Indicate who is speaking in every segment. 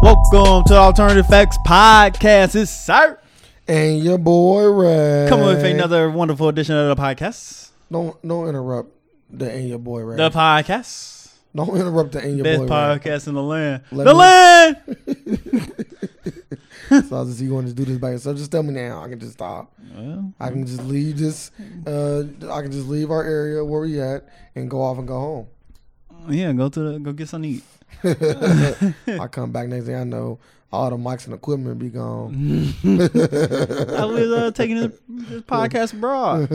Speaker 1: Welcome to the Alternative Facts Podcast. It's Sir
Speaker 2: And your boy Red.
Speaker 1: coming with another wonderful edition of the podcast.
Speaker 2: Don't don't interrupt the and your boy Red.
Speaker 1: The podcast,
Speaker 2: don't interrupt the and your
Speaker 1: best
Speaker 2: boy Red.
Speaker 1: podcast in the land.
Speaker 2: Let
Speaker 1: the
Speaker 2: me-
Speaker 1: land.
Speaker 2: So I was just you going to do this by yourself. Just tell me now. I can just stop.
Speaker 1: Well,
Speaker 2: I can just leave this. Uh, I can just leave our area where we at and go off and go home.
Speaker 1: yeah, go to the, go get something to eat.
Speaker 2: I come back next day. I know all the mics and equipment be gone.
Speaker 1: I was uh, taking this, this podcast abroad.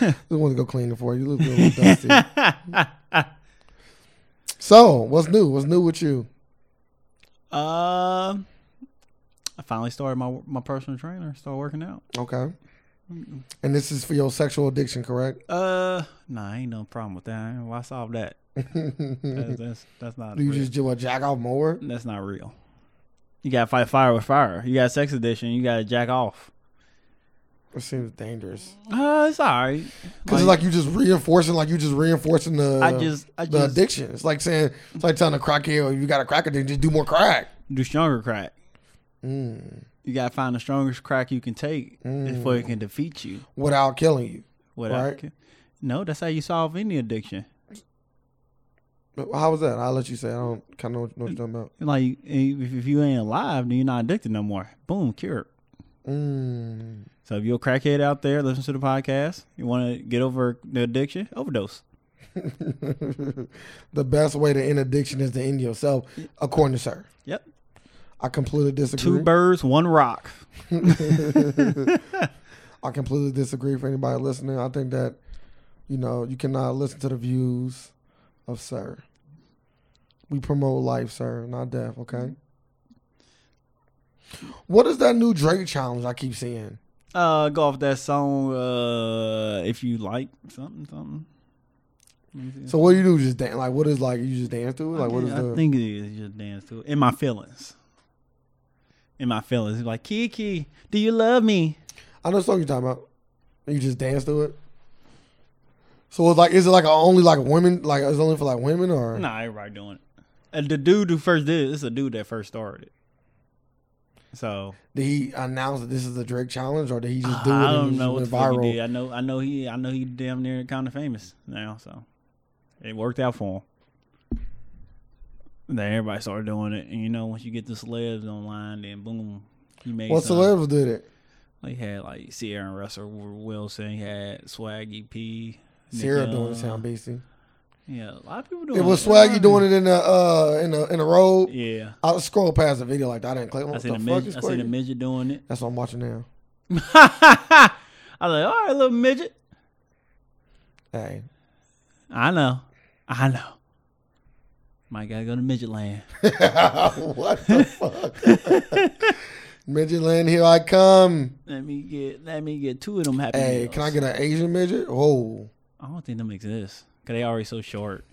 Speaker 2: Just want to go clean it for you. You look a little dusty. so what's new? What's new with you?
Speaker 1: Uh, I finally started my my personal trainer. Started working out.
Speaker 2: Okay. And this is for your sexual addiction, correct?
Speaker 1: Uh, nah, ain't no problem with that. Why solve that? That's that's, that's not.
Speaker 2: Do you
Speaker 1: real.
Speaker 2: just do a jack off more?
Speaker 1: That's not real. You gotta fight fire with fire. You got sex addiction. You gotta jack off.
Speaker 2: It seems dangerous.
Speaker 1: Uh, it's all right.
Speaker 2: Because it's like you just reinforcing, like you just reinforcing the
Speaker 1: I just, I
Speaker 2: the
Speaker 1: just
Speaker 2: addiction. It's like saying, it's like telling a crackhead, oh, you got a crack addiction, just do more crack.
Speaker 1: do stronger crack.
Speaker 2: Mm.
Speaker 1: You gotta find the strongest crack you can take before it can defeat you.
Speaker 2: Without killing you.
Speaker 1: Without,
Speaker 2: Right.
Speaker 1: no, that's how you solve any addiction.
Speaker 2: But How was that? I'll let you say. I don't kind of know what you're talking about.
Speaker 1: Like if, if you ain't alive, then you're not addicted no more. Boom, cured.
Speaker 2: Mm.
Speaker 1: So if you're a crackhead out there, listen to the podcast. You want to get over the addiction, overdose.
Speaker 2: Mm. the best way to end addiction is to end yourself, according to Sir.
Speaker 1: Yep.
Speaker 2: I completely
Speaker 1: Two
Speaker 2: disagree.
Speaker 1: birds, one rock.
Speaker 2: I completely disagree for anybody listening. I think that, you know, you cannot listen to the views of Sir. We promote life, sir, not death, okay? What is that new Drake challenge I keep seeing?
Speaker 1: Uh, go off that song. Uh, if you like something, something. Let me see.
Speaker 2: So what do you do? Just dance like what is like you just dance to it? Like what is
Speaker 1: I
Speaker 2: the
Speaker 1: think it is just dance to it. In my feelings. In my feelings, like Kiki, do you love me?
Speaker 2: I know the song you're talking about. You just dance to it? So it's like is it like a only like women like is it only for like women or
Speaker 1: Nah, everybody doing it. And the dude who first did it, it's a dude that first started. it. So
Speaker 2: did he announce that this is a Drake challenge or did he just do it
Speaker 1: I
Speaker 2: and it
Speaker 1: don't
Speaker 2: just
Speaker 1: know what
Speaker 2: went
Speaker 1: the fuck he
Speaker 2: viral?
Speaker 1: did. I know, I know he, I know he damn near kind of famous now. So it worked out for him. Then everybody started doing it, and you know, once you get the celebs online, then boom, you made
Speaker 2: What
Speaker 1: some.
Speaker 2: celebs did it?
Speaker 1: Like, he had like Sierra and Russell Wilson. He had Swaggy P.
Speaker 2: Sierra
Speaker 1: Nick
Speaker 2: doing
Speaker 1: Young.
Speaker 2: the sound beastie.
Speaker 1: uh, Yeah, a lot of people doing
Speaker 2: It was swaggy doing it in the uh in the in the road.
Speaker 1: Yeah,
Speaker 2: I scroll past the video like that. I didn't click.
Speaker 1: I
Speaker 2: What
Speaker 1: seen
Speaker 2: the
Speaker 1: a
Speaker 2: fuck
Speaker 1: midget.
Speaker 2: is
Speaker 1: I seen a
Speaker 2: crazy?
Speaker 1: midget doing it.
Speaker 2: That's what I'm watching now.
Speaker 1: I was like, all right, little midget.
Speaker 2: Hey,
Speaker 1: I know, I know. Might gotta go to midget land.
Speaker 2: what the fuck? midget land, here I come.
Speaker 1: Let me get, let me get two of them happy.
Speaker 2: Hey, can I
Speaker 1: Meals.
Speaker 2: get an Asian midget? Oh,
Speaker 1: I don't think them exist. Cause they already so short.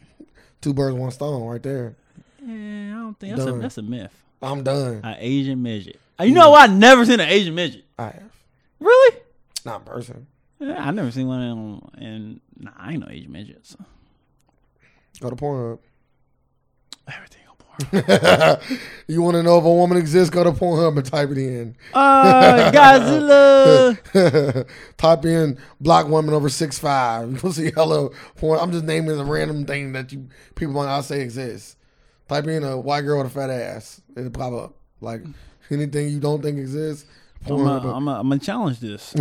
Speaker 2: two birds, one stone, right there.
Speaker 1: Eh, I don't think that's a,
Speaker 2: Done.
Speaker 1: that's a myth.
Speaker 2: I'm done.
Speaker 1: An Asian midget. You know, I never seen an Asian midget.
Speaker 2: I have
Speaker 1: Really?
Speaker 2: not in person.
Speaker 1: Yeah, I never seen one in, in nah, I ain't no Asian midgets.
Speaker 2: Go to Pornhub.
Speaker 1: Everything on porn.
Speaker 2: you want to know if a woman exists? Go to Pornhub and type it in.
Speaker 1: Uh, Godzilla.
Speaker 2: Type in black woman over six five. You'll see hello porn. I'm just naming a random thing that you people might not say exists. Type in a white girl with a fat ass. It'll pop up. Like anything you don't think exists.
Speaker 1: I'm
Speaker 2: Porn.
Speaker 1: gonna I'm a- I'm a challenge this.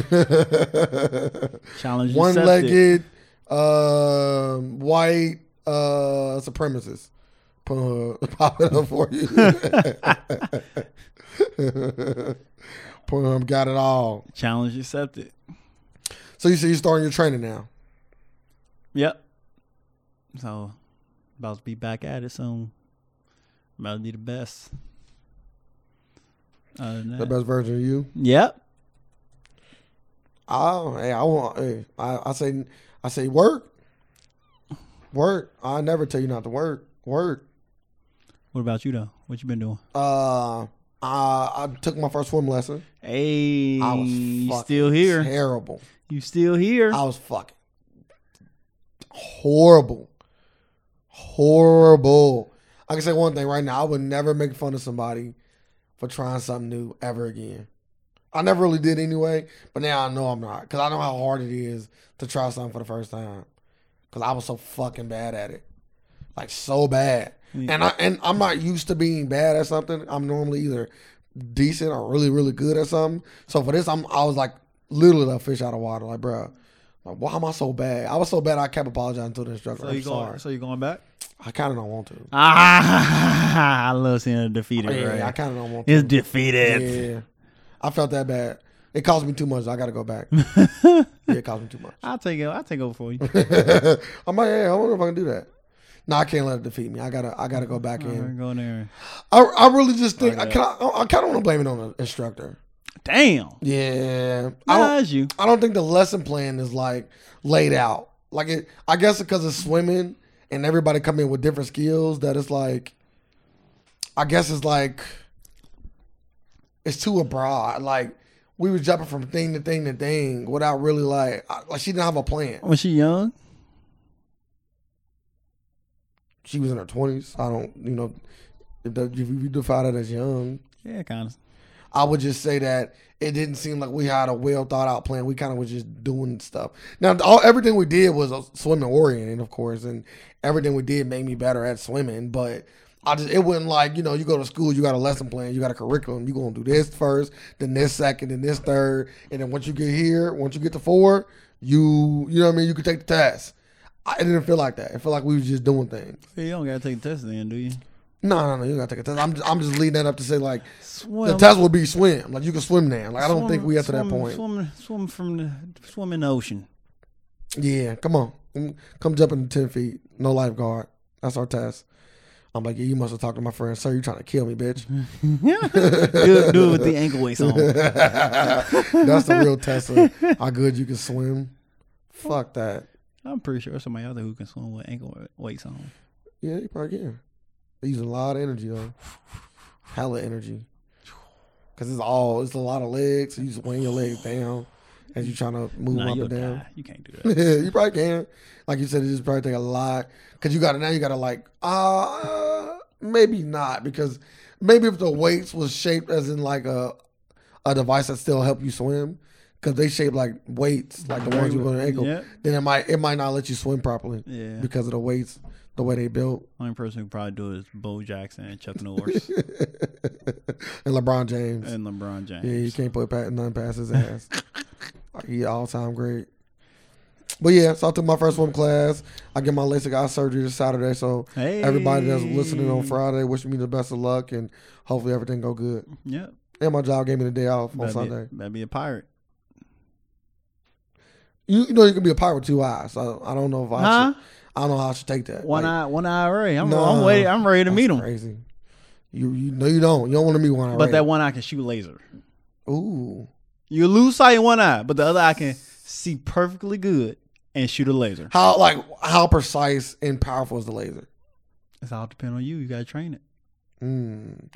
Speaker 1: challenge
Speaker 2: One
Speaker 1: accepted.
Speaker 2: legged um white uh supremacist. Pornhub pop it up for you. Pornhub got it all.
Speaker 1: Challenge accepted.
Speaker 2: So you say you're starting your training now.
Speaker 1: Yep. So, about to be back at it soon. About to be the best. Other than
Speaker 2: The
Speaker 1: that.
Speaker 2: best version of you.
Speaker 1: Yep.
Speaker 2: I Oh, hey, I want hey, I, I say I say work. Work. I never tell you not to work. Work.
Speaker 1: What about you though? What you been doing?
Speaker 2: Uh I I took my first swim lesson.
Speaker 1: Hey,
Speaker 2: I was
Speaker 1: you
Speaker 2: fucking
Speaker 1: still here?
Speaker 2: Terrible.
Speaker 1: You still here?
Speaker 2: I was fucking horrible. Horrible. I can say one thing right now. I would never make fun of somebody for trying something new ever again. I never really did anyway, but now I know I'm not because I know how hard it is to try something for the first time because I was so fucking bad at it, like so bad.
Speaker 1: Yeah.
Speaker 2: And I and I'm not used to being bad at something. I'm normally either decent or really really good at something. So for this, I'm I was like literally a fish out of water. Like bro, like why am I so bad? I was so bad I kept apologizing to the instructor.
Speaker 1: So
Speaker 2: I'm
Speaker 1: you going?
Speaker 2: sorry.
Speaker 1: So you going back?
Speaker 2: I kind of don't want to.
Speaker 1: Ah, I love seeing it defeated.
Speaker 2: Oh, yeah,
Speaker 1: right?
Speaker 2: I kind of don't want to.
Speaker 1: it's
Speaker 2: Yeah,
Speaker 1: defeated.
Speaker 2: yeah, yeah. I felt that bad. It cost me too much. I got to go back. Yeah, it cost me too much.
Speaker 1: I'll take it. I'll take over for you.
Speaker 2: I'm like, yeah, I wonder if I can do that. No, I can't let it defeat me. I gotta, I gotta go back
Speaker 1: We're
Speaker 2: in.
Speaker 1: going there.
Speaker 2: I, I really just think I
Speaker 1: Okay.
Speaker 2: can. I, I kind of want to blame it on the instructor.
Speaker 1: Damn.
Speaker 2: Yeah, I don't.
Speaker 1: Nah, it's you.
Speaker 2: I don't think the lesson plan is like laid out. Like it, I guess because it's swimming and everybody come in with different skills that it's like, I guess it's like, it's too abroad. Like we was jumping from thing to thing to thing without really like, I- like she didn't have a plan.
Speaker 1: Was she young?
Speaker 2: She was in her twenties. I don't, you know, if, that, if you define that as young,
Speaker 1: Yeah, kind of.
Speaker 2: I would just say that it didn't seem like we had a well thought out plan. We kind of was just doing stuff. Now, all, everything we did was uh, swimming oriented, of course, and everything we did made me better at swimming. But I just it wasn't like you know you go to school, you got a lesson plan, you got a curriculum. You gonna do this first, then this second, then this third, and then once you get here, once you get to four, you you know what I mean. You can take the test. I, it didn't feel like that. It felt like we was just doing things.
Speaker 1: You don't gotta take the test then, do you?
Speaker 2: No, no, no. You gotta take a test. I'm just, I'm just leading that up to say like
Speaker 1: Swim.
Speaker 2: the test will be swim. Like you can swim now. Like I don't
Speaker 1: swim-
Speaker 2: think we got to that
Speaker 1: swim-
Speaker 2: point.
Speaker 1: Swim, swim from the swim in the ocean.
Speaker 2: Yeah, come on, Mm, come jump in ten feet. No lifeguard. That's our test. I'm like, yeah, you must have talked to my friend, sir. You trying to kill me, bitch?
Speaker 1: Mm-hmm. do, it- do it with the ankle weights on.
Speaker 2: That's the real test of how good you can swim. Fuck that.
Speaker 1: I'm pretty sure there's somebody out there who can swim with ankle weights on.
Speaker 2: Yeah, you probably can. They're using a lot of energy though. Hella energy. Cause it's all it's a lot of legs. you just weighing your legs down as you trying to move
Speaker 1: Nah,
Speaker 2: up
Speaker 1: you'll
Speaker 2: and down.
Speaker 1: die. You can't do that.
Speaker 2: Yeah, you probably can. Like you said, it just probably take a lot because you got to now. You got to like, uh, maybe not because maybe if the weights was shaped as in like a a device that still help you swim because they shape like weights like the ones you put on your ankle,
Speaker 1: Yep.
Speaker 2: then it might it might not let you swim properly
Speaker 1: Yeah.
Speaker 2: because of the weights the way they built.
Speaker 1: Only person who probably do it is Bo Jackson and Chuck Norris
Speaker 2: And LeBron James,
Speaker 1: and LeBron James.
Speaker 2: yeah, you can't put pa- none past his ass. he all time great. But yeah, so I took my first swim class. I get my LASIK eye surgery this Saturday, so
Speaker 1: Hey.
Speaker 2: everybody that's listening on Friday, wishing me the best of luck and hopefully everything go good.
Speaker 1: Yep.
Speaker 2: And my job gave me the day off on
Speaker 1: That'd
Speaker 2: Sunday.
Speaker 1: be, that'd be a pirate.
Speaker 2: You, you know you can be a pirate with two eyes. So I don't know if I
Speaker 1: Huh?
Speaker 2: should, I don't know how I should take that.
Speaker 1: One
Speaker 2: Like,
Speaker 1: eye, one eye array. I'm, I'm
Speaker 2: Nah.
Speaker 1: ready. I'm ready to
Speaker 2: that's
Speaker 1: meet him.
Speaker 2: Crazy. You you no you don't. You don't want to meet one eye.
Speaker 1: But that one eye can shoot laser.
Speaker 2: ooh.
Speaker 1: You lose sight in one eye, but the other eye can see perfectly good and shoot a laser.
Speaker 2: How like how precise and powerful is the laser?
Speaker 1: It's all depend on you. You gotta train it.
Speaker 2: Mm.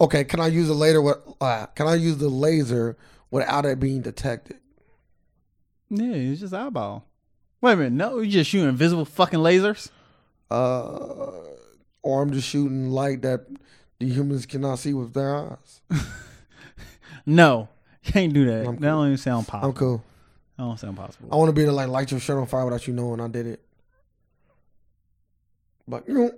Speaker 2: Okay, can I use the laser? What uh, can I use the laser without it being detected?
Speaker 1: Yeah, it's just eyeball. Wait a minute. No, you just shoot invisible fucking lasers.
Speaker 2: Uh, or I'm just shooting light that the humans cannot see with their eyes.
Speaker 1: No, you can't do that.
Speaker 2: I'm
Speaker 1: That don't even sound
Speaker 2: I'm
Speaker 1: possible.
Speaker 2: cool.
Speaker 1: That don't sound
Speaker 2: I
Speaker 1: possible.
Speaker 2: want to be able to like light your shirt on fire without you knowing I did it. Like, you know,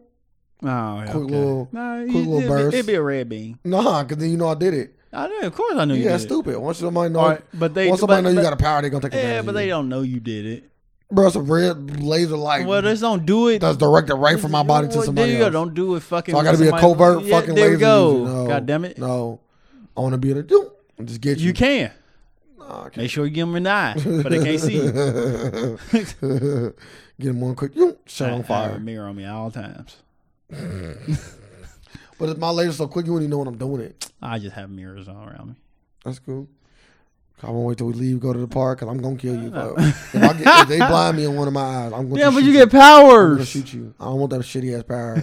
Speaker 1: Oh, yeah,
Speaker 2: Quick
Speaker 1: okay.
Speaker 2: little-
Speaker 1: nah, you-
Speaker 2: little
Speaker 1: it'd be-
Speaker 2: burst.
Speaker 1: It'd be a red bean.
Speaker 2: nah, because then you know I did it.
Speaker 1: I know. Of course, I know you.
Speaker 2: yeah,
Speaker 1: did
Speaker 2: that's stupid. Once somebody
Speaker 1: It.
Speaker 2: know,
Speaker 1: All right, but they.
Speaker 2: once somebody
Speaker 1: but,
Speaker 2: know
Speaker 1: but-
Speaker 2: you got a power, they gonna take advantage.
Speaker 1: Yeah, but they don't
Speaker 2: don't.
Speaker 1: know you did it.
Speaker 2: Bro, it's a red laser light
Speaker 1: Well, just don't do it.
Speaker 2: that's directed right from my body to
Speaker 1: Well,
Speaker 2: somebody
Speaker 1: There you
Speaker 2: else.
Speaker 1: go. Don't do it. Fucking.
Speaker 2: So I
Speaker 1: with
Speaker 2: got to be a
Speaker 1: somebody-
Speaker 2: covert
Speaker 1: Yeah,
Speaker 2: fucking
Speaker 1: There
Speaker 2: laser.
Speaker 1: we go.
Speaker 2: user. No,
Speaker 1: God damn it.
Speaker 2: No, I want to be able to do and just get you.
Speaker 1: You can.
Speaker 2: Nah, I can't.
Speaker 1: Make sure you give them an eye, but they can't see you.
Speaker 2: get him one quick. You shut
Speaker 1: I-
Speaker 2: on
Speaker 1: I have a
Speaker 2: fire.
Speaker 1: mirror on me at all times.
Speaker 2: But if my laser's so quick, you wouldn't even know when I'm doing it.
Speaker 1: I just have mirrors all around me.
Speaker 2: That's cool. I won't wait till we leave, go to the park, because I'm gonna kill you. bro. If, I get, if they blind me in one of my eyes, I'm gonna.
Speaker 1: Yeah,
Speaker 2: just
Speaker 1: but
Speaker 2: shoot
Speaker 1: you get
Speaker 2: I'm gonna
Speaker 1: powers.
Speaker 2: shoot you. I don't want that shitty ass power.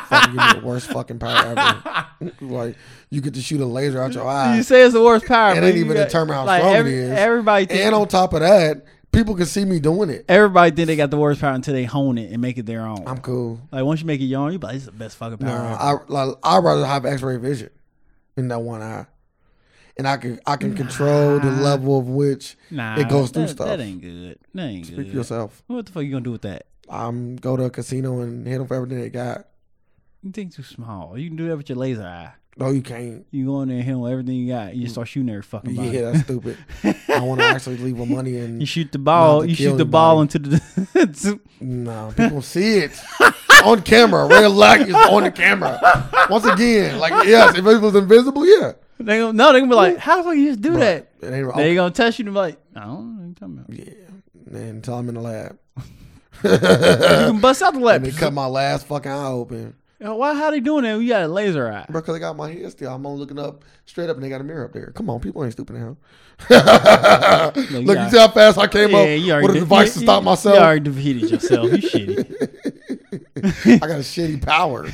Speaker 2: fucking give me the worst fucking power ever. like you get to shoot a laser out your eye.
Speaker 1: You say it's the worst power.
Speaker 2: It
Speaker 1: but
Speaker 2: ain't
Speaker 1: you
Speaker 2: even
Speaker 1: got-
Speaker 2: determine how
Speaker 1: like,
Speaker 2: strong it
Speaker 1: every-
Speaker 2: is.
Speaker 1: Everybody think,
Speaker 2: And on top of that, people can see me doing it.
Speaker 1: everybody think they got the worst power until they hone it and make it their own.
Speaker 2: I'm cool.
Speaker 1: like once you make it your own, you be like, "This is the best fucking power."
Speaker 2: Nah,
Speaker 1: ever."
Speaker 2: I like, I'd rather have X-ray vision. in that one eye, and I can I can control the
Speaker 1: Nah.
Speaker 2: level of which
Speaker 1: Nah,
Speaker 2: It goes
Speaker 1: that,
Speaker 2: through
Speaker 1: that-
Speaker 2: stuff.
Speaker 1: That ain't good. That ain't
Speaker 2: speak
Speaker 1: good.
Speaker 2: for yourself.
Speaker 1: What the fuck you gonna do with that?
Speaker 2: I'm go to a casino and hit them for everything they got.
Speaker 1: You think too small. You can do that with your laser eye.
Speaker 2: No, you can't.
Speaker 1: You go in there and hit 'em with everything you got. You just start shooting every fucking body.
Speaker 2: Yeah, that's stupid. I want to actually leave with money
Speaker 1: You
Speaker 2: and
Speaker 1: shoot the ball.
Speaker 2: to
Speaker 1: You
Speaker 2: kill
Speaker 1: shoot the ball into
Speaker 2: anybody.
Speaker 1: the.
Speaker 2: no, people see it on camera. Red light is on the camera. Once again, like yes, if it was invisible, yeah,
Speaker 1: they gonna, no, they gonna be like, "How the fuck you just do that?"
Speaker 2: it ain't okay.
Speaker 1: They gonna test you and be like, "I don't know what you're talking about."
Speaker 2: Oh. Yeah, and until I'm in the lab.
Speaker 1: You can bust out the
Speaker 2: and
Speaker 1: lab.
Speaker 2: they cut my last fucking eye open.
Speaker 1: Yo, Why? How they doing that? We got a laser eye.
Speaker 2: Bro, because I got my head still. I'm on looking up straight up and they got a mirror up there. Come on, people ain't stupid now. Look, you
Speaker 1: got-
Speaker 2: see how fast I came
Speaker 1: Yeah, you
Speaker 2: up
Speaker 1: already
Speaker 2: with a
Speaker 1: did-
Speaker 2: device
Speaker 1: you-
Speaker 2: to stop
Speaker 1: you-
Speaker 2: myself.
Speaker 1: You already defeated yourself. You shitty.
Speaker 2: I got a shitty power.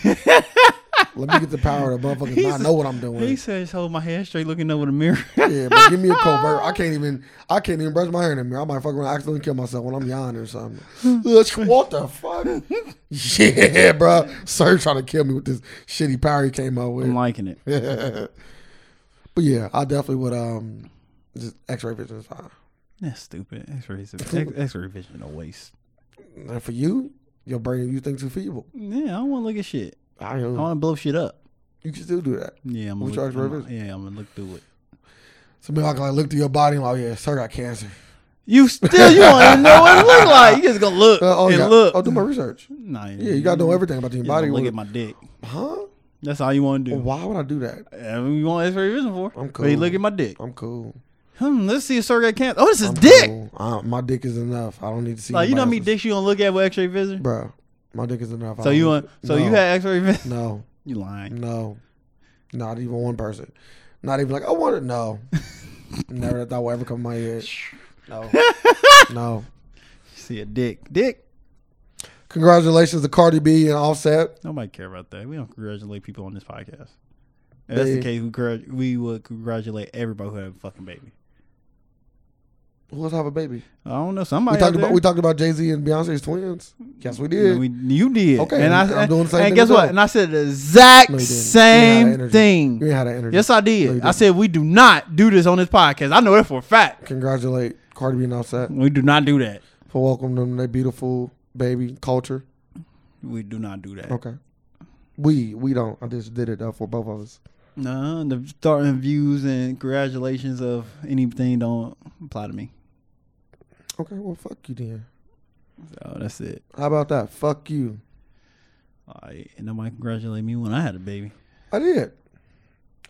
Speaker 2: Let me get the power to motherfuckers not know what I'm
Speaker 1: He
Speaker 2: doing.
Speaker 1: says, "Hold my head straight, looking over the mirror."
Speaker 2: Yeah, but give me a covert. I can't even I can't even brush my hair in the mirror. I might fuck around accidentally kill myself when I'm yawning or something. Ugh, what the fuck? Yeah, bro. Sir trying to kill me with this shitty power he came up with.
Speaker 1: I'm liking it.
Speaker 2: but yeah, I definitely would um just X-ray vision is fine.
Speaker 1: That's stupid. X-ray, vision- X-ray vision, a waste.
Speaker 2: And for you, your brain you think too feeble.
Speaker 1: Yeah, I don't want to look at shit.
Speaker 2: I
Speaker 1: I
Speaker 2: know
Speaker 1: want to blow shit up.
Speaker 2: you can still do that.
Speaker 1: Yeah, I'm
Speaker 2: Which
Speaker 1: gonna
Speaker 2: X-ray
Speaker 1: look, I'm,
Speaker 2: vision?
Speaker 1: Yeah, I'm gonna look through it.
Speaker 2: Some people can like look through your body and like, yeah, sir got cancer.
Speaker 1: You still, you don't even know what it look like. You just gonna look
Speaker 2: Uh, oh
Speaker 1: and
Speaker 2: yeah,
Speaker 1: look.
Speaker 2: I'll do my research.
Speaker 1: Nah,
Speaker 2: Yeah, you gotta know everything about your
Speaker 1: you just
Speaker 2: body.
Speaker 1: gonna Look at my dick.
Speaker 2: huh?
Speaker 1: That's all you want to do.
Speaker 2: Why would I do that?
Speaker 1: That's what you want X-ray vision for?
Speaker 2: I'm
Speaker 1: But you
Speaker 2: cool.
Speaker 1: look at my dick.
Speaker 2: I'm cool.
Speaker 1: Hmm, let's see if sir got cancer. Oh, this is
Speaker 2: I'm
Speaker 1: dick.
Speaker 2: cool. I- my dick is enough. I don't need to see.
Speaker 1: Like you know how many
Speaker 2: nobody
Speaker 1: dicks you gonna look at with X-ray vision?
Speaker 2: else's- bro. My dick is enough. I
Speaker 1: So
Speaker 2: don't
Speaker 1: you
Speaker 2: need-
Speaker 1: want? So you
Speaker 2: No.
Speaker 1: had X-ray vision?
Speaker 2: no,
Speaker 1: You lying?
Speaker 2: no, not even one person. Not even like I want it. No, never that thought would ever come to my head. No, no.
Speaker 1: See a dick? Dick?
Speaker 2: Congratulations to Cardi B and Offset.
Speaker 1: Nobody care about that. We don't congratulate people on this podcast. If that's
Speaker 2: They-
Speaker 1: the case, we congrat- we would congratulate everybody who had a fucking baby.
Speaker 2: Who else have a baby?
Speaker 1: I don't know.
Speaker 2: We
Speaker 1: Somebody out
Speaker 2: talked about
Speaker 1: Oh, there-
Speaker 2: we talked about Jay Z and Beyonce's twins. Yes, we did.
Speaker 1: We, you did.
Speaker 2: Okay,
Speaker 1: And I,
Speaker 2: I'm doing the same
Speaker 1: and
Speaker 2: thing
Speaker 1: guess
Speaker 2: with
Speaker 1: what?
Speaker 2: them.
Speaker 1: And I said the exact
Speaker 2: No, you didn't. You had
Speaker 1: same
Speaker 2: energy.
Speaker 1: thing.
Speaker 2: You ain't had that energy.
Speaker 1: Yes, I
Speaker 2: No, you
Speaker 1: did. I
Speaker 2: didn't.
Speaker 1: said we do not do this on this podcast. I know that for a fact.
Speaker 2: Congratulate Cardi B and Offset
Speaker 1: We do not do that.
Speaker 2: for welcoming them to their beautiful baby culture.
Speaker 1: We do not do that.
Speaker 2: Okay. We we don't. I just did it though for both of us.
Speaker 1: No, the starting views and congratulations of anything don't apply to me.
Speaker 2: Okay, well fuck you then.
Speaker 1: So that's it.
Speaker 2: How about that? Fuck you.
Speaker 1: All right. And nobody congratulate me when I had a baby.
Speaker 2: I did.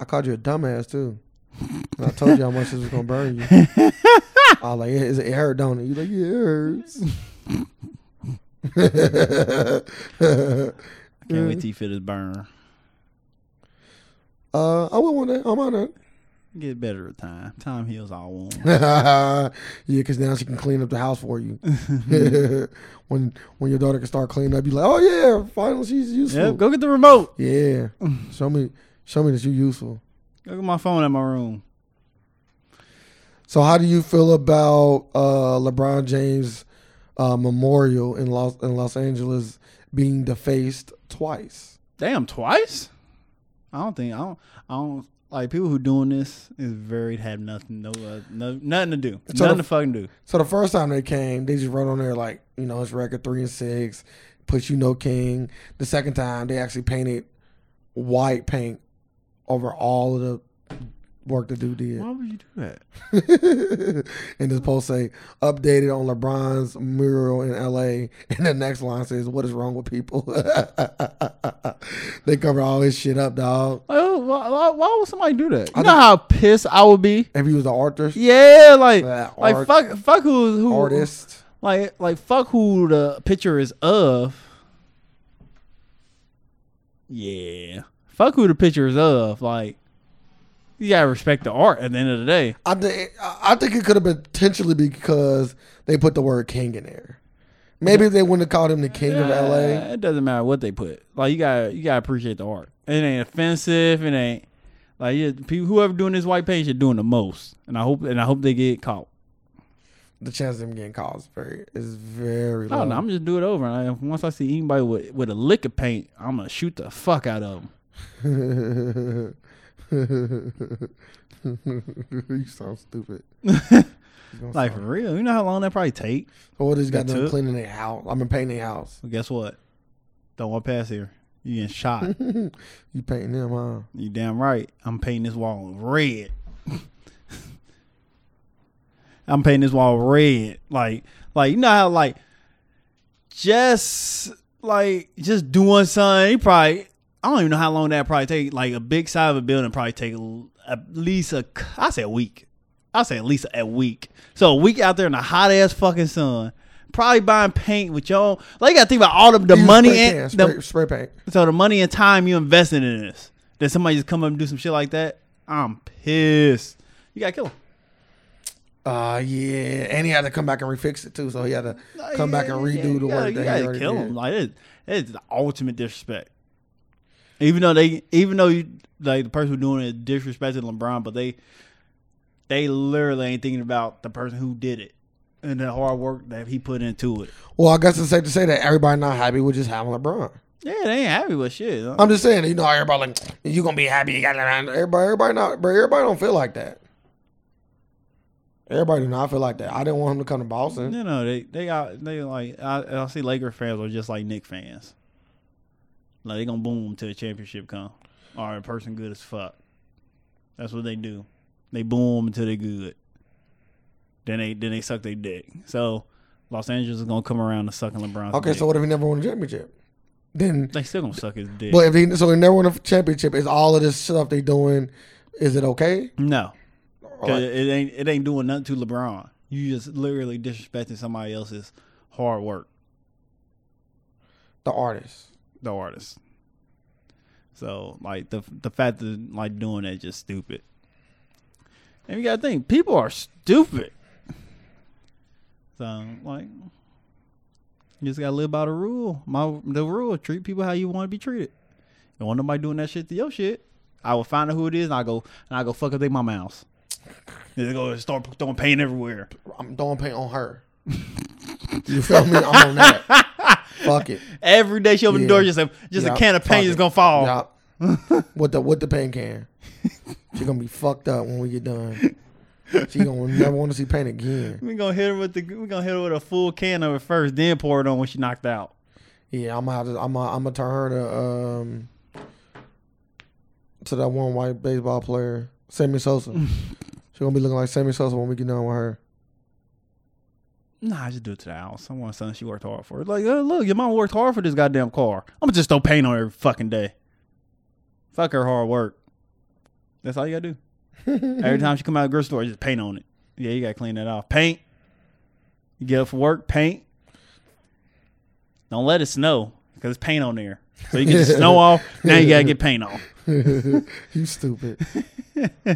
Speaker 2: I called you a dumbass too. And I told you how much this was gonna burn you. I was like, yeah, is it hurt, don't it? You like, yeah, it hurts.
Speaker 1: I can't wait till you feel this burn.
Speaker 2: uh, I would want that. I'm on that.
Speaker 1: Get better with time. Time heals all wounds.
Speaker 2: yeah, because now she can clean up the house for you. when when your daughter can start cleaning up, you like, oh yeah, finally she's useful.
Speaker 1: yep. Go get the remote.
Speaker 2: Yeah, show me show me that you're useful.
Speaker 1: Go get my phone in my room.
Speaker 2: So how do you feel about uh, LeBron James uh, memorial in Los in Los Angeles being defaced twice?
Speaker 1: Damn, twice? I don't think I don't. I don't like people who doing this is very have nothing, no, uh, no nothing to do,
Speaker 2: So
Speaker 1: nothing
Speaker 2: the-
Speaker 1: to fucking do.
Speaker 2: So the first time they came, they just wrote on there like, you know, it's record three and six, put you no king. The second time they actually painted white paint over all of the work the dude did.
Speaker 1: Why would you do that?
Speaker 2: and this post say updated on LeBron's mural in LA, and the next line says, "What is wrong with people?" they cover all his shit up, dog.
Speaker 1: Like, why, why, why would somebody do that? You
Speaker 2: I
Speaker 1: know how pissed I would be.
Speaker 2: If he was an artist,
Speaker 1: Yeah, like
Speaker 2: Yeah,
Speaker 1: like
Speaker 2: art-
Speaker 1: fuck fuck who who
Speaker 2: artist,
Speaker 1: like like fuck who the picture is of. Yeah, fuck who the picture is of. Like you gotta respect the art at the end of the day.
Speaker 2: I think I think it could have been potentially because they put the word king in there. Maybe if they wouldn't have called him the king of LA.
Speaker 1: Uh, It doesn't matter what they put. Like you got to you got to appreciate the art. It ain't offensive. It ain't like yeah, people, whoever doing this white paint should doing the most. And I hope and I hope they get caught.
Speaker 2: The chance of him getting caught is very is very
Speaker 1: No,
Speaker 2: low.
Speaker 1: no, I'm just do it over. And I, once I see anybody with with a lick of paint, I'm gonna shoot the fuck out of them.
Speaker 2: you sound stupid. You gonna
Speaker 1: Like for
Speaker 2: sound-
Speaker 1: real, you know how long that probably take.
Speaker 2: Or just got
Speaker 1: That
Speaker 2: done
Speaker 1: took?
Speaker 2: cleaning their house. I mean, painting their house.
Speaker 1: Well, guess what? Don't want to pass here. You getting shot.
Speaker 2: You painting them, huh?
Speaker 1: you damn right. I'm painting this wall red. I'm painting this wall red. Like, like you know how like just like just doing something. You probably I don't even know how long that probably take. Like a big side of a building probably take l- at least a c- I say a week. I say at least a week. So a week out there in the hot ass fucking sun. Probably buying paint with your own. Like you gotta think about all the, the
Speaker 2: You
Speaker 1: money
Speaker 2: spray
Speaker 1: and
Speaker 2: can,
Speaker 1: the,
Speaker 2: spray, spray paint.
Speaker 1: so the money and time you invested in this, then somebody just come up and do some shit like that. I'm pissed. You gotta kill him.
Speaker 2: Uh yeah, and he had to come back and refix it too. So he had to Uh,
Speaker 1: Oh,
Speaker 2: come back and redo the
Speaker 1: you gotta,
Speaker 2: work.
Speaker 1: You
Speaker 2: that he
Speaker 1: gotta
Speaker 2: already
Speaker 1: kill
Speaker 2: did.
Speaker 1: him. Like it, it's the ultimate disrespect. Even though they, even though you, like the person who doing it disrespected LeBron, but they, they literally ain't thinking about the person who did it and the hard work that he put into it.
Speaker 2: Well, I guess it's safe to say that everybody not happy with just having LeBron.
Speaker 1: Yeah, they ain't happy with shit. huh?
Speaker 2: I'm just saying, you know, how everybody like you gonna be happy. You got LeBron." everybody, everybody not, bro. Everybody don't feel like that. Everybody do not feel like that. I didn't want him to come to Boston.
Speaker 1: No, no, they they got they like I, I see Laker fans are just like Nick fans. Like they gonna boom till the championship come. Or a person good as fuck. That's what they do. They boom until they good. Then they then they suck their dick. So Los Angeles is gonna come around to sucking LeBron.
Speaker 2: Okay, so what if he never won a championship? Then,
Speaker 1: they still gonna suck his dick.
Speaker 2: but if he so he never won a championship, is all of this stuff they doing? Is it okay?
Speaker 1: no, 'Cause
Speaker 2: Or-
Speaker 1: it ain't it ain't doing nothing to LeBron. You just literally disrespecting somebody else's hard work.
Speaker 2: the artist.
Speaker 1: the artist. So like the the fact that like doing that is just stupid. And you gotta think, people are stupid. So like you just gotta live by the rule. My the rule, treat people how you want to be treated. Don't want nobody doing that shit to your shit. I will find out who it is and I go and I go fuck up their mama house. They go and start throwing paint everywhere.
Speaker 2: I'm throwing paint on her. you feel me? I'm on that. Fuck it.
Speaker 1: Every day she open the door,
Speaker 2: Yeah.
Speaker 1: just a just
Speaker 2: Yup.
Speaker 1: a can of
Speaker 2: Fuck
Speaker 1: paint is
Speaker 2: it.
Speaker 1: gonna fall.
Speaker 2: Yup. with the with the paint can. She gonna be fucked up when we get done. She gonna never want to see paint again.
Speaker 1: We gonna hit her with the we gonna hit her with a full can of it first, then pour it on when she knocked out.
Speaker 2: Yeah, I'm gonna have to, I'm gonna, I'm gonna turn her to um to that one white baseball player, Sammy Sosa. She gonna be looking like Sammy Sosa when we get done with her.
Speaker 1: Nah, I just do it to the house. I want something she worked hard for. Like, uh, look, your mom worked hard for this goddamn car. I'm gonna just throw paint on her every fucking day. Fuck her hard work. That's all you gotta do. every time she come out of the grocery store, just paint on it. Yeah, you gotta clean that off. Paint. You get up for work, paint. Don't let it snow because it's paint on there. So you get the snow off. Now you gotta get paint off.
Speaker 2: You stupid.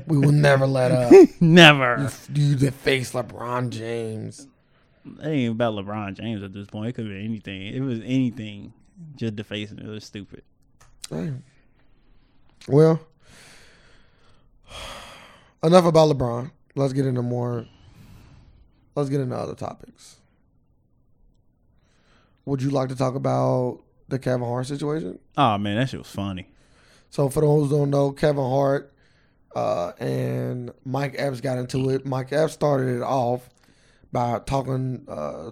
Speaker 2: we will never let up.
Speaker 1: Never.
Speaker 2: You the face LeBron James.
Speaker 1: it ain't even about LeBron James at this point. It could be anything. If It was anything. Just defacing it. It was stupid.
Speaker 2: Damn. Well, enough about LeBron. Let's get into more. Let's get into other topics. Would you like to talk about the Kevin Hart situation?
Speaker 1: Oh man, that shit was funny.
Speaker 2: So, for those who don't know, Kevin Hart uh, and Mike Epps got into it. Mike Epps started it off by talking uh,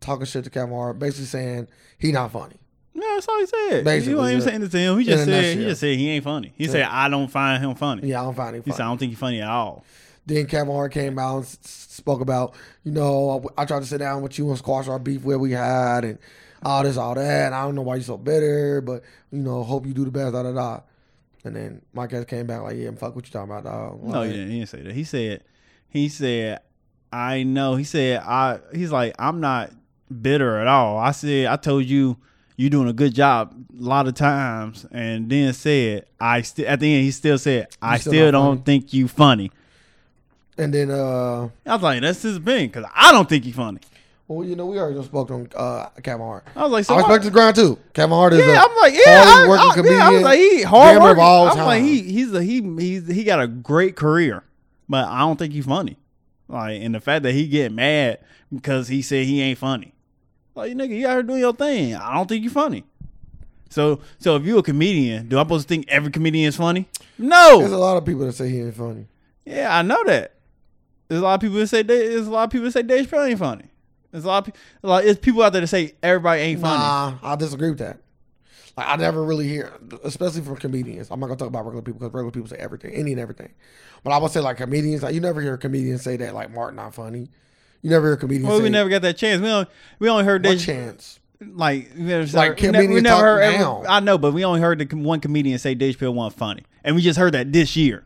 Speaker 2: talking shit to Kevin Hart, basically saying he not funny.
Speaker 1: Yeah, that's all he said.
Speaker 2: Basically,
Speaker 1: he wasn't even
Speaker 2: yeah.
Speaker 1: saying it to him. He
Speaker 2: In a
Speaker 1: just said he
Speaker 2: nutshell.
Speaker 1: just said he ain't funny. He said I don't find him funny.
Speaker 2: Yeah, I don't find him funny.
Speaker 1: He said I don't think he's funny at all.
Speaker 2: Then Kevin Hart came out and s- s- spoke about, you know, I, I tried to sit down with you and squash our beef where we had and all this, all that. I don't know why you're so bitter, but, you know, hope you do the best, da da da. And then Mike Epps came back like, yeah, fuck what you talking about, dog.
Speaker 1: No, he didn't. He didn't say that. He said, he said, I know. He said, I. He's like, I'm not bitter at all. I said, I told you, you doing a good job a lot of times, and then said, I still. At the end, he still said, I
Speaker 2: still
Speaker 1: still,
Speaker 2: not
Speaker 1: don't
Speaker 2: funny.
Speaker 1: think you funny.
Speaker 2: And then, uh,
Speaker 1: I was like, that's his opinion because I don't think he's funny.
Speaker 2: well, you know, we already just spoke on uh, Kevin Hart.
Speaker 1: I was like, so
Speaker 2: I
Speaker 1: why-
Speaker 2: respect his ground too. Kevin Hart is
Speaker 1: yeah,
Speaker 2: a
Speaker 1: I'm like, yeah, I,
Speaker 2: hard working
Speaker 1: I,
Speaker 2: comedian.
Speaker 1: yeah, I was like, he hard
Speaker 2: damn near
Speaker 1: working.
Speaker 2: all
Speaker 1: I'm like,
Speaker 2: time.
Speaker 1: he he's a, he he's he got a great career, but I don't think he's funny. Like, and the fact that he get mad because he said he ain't funny. Like, nigga, you out here doing your thing. I don't think you funny. So so if you a comedian, do I supposed to think every comedian is funny? No.
Speaker 2: There's a lot of people that say he ain't funny.
Speaker 1: Yeah, I know that. There's a lot of people that say they, there's a lot of people that say Dave Chappelle ain't funny. There's a lot of pe- like it's people out there that say everybody ain't funny.
Speaker 2: Nah, I disagree with that. Like I never really hear, especially from comedians. I'm not gonna talk about regular people because regular people say everything, any and everything. But I would say like comedians, like you never hear comedians say that like Mark not funny. You never hear comedians
Speaker 1: well,
Speaker 2: say
Speaker 1: we never got that chance. We only we only heard
Speaker 2: one
Speaker 1: Dave
Speaker 2: chance.
Speaker 1: like we never,
Speaker 2: Like,
Speaker 1: we never,
Speaker 2: comedian
Speaker 1: we never
Speaker 2: talk
Speaker 1: heard every-
Speaker 2: now.
Speaker 1: I know, but we only heard the com- one comedian say Dave Chappelle wasn't funny, and we just heard that this year.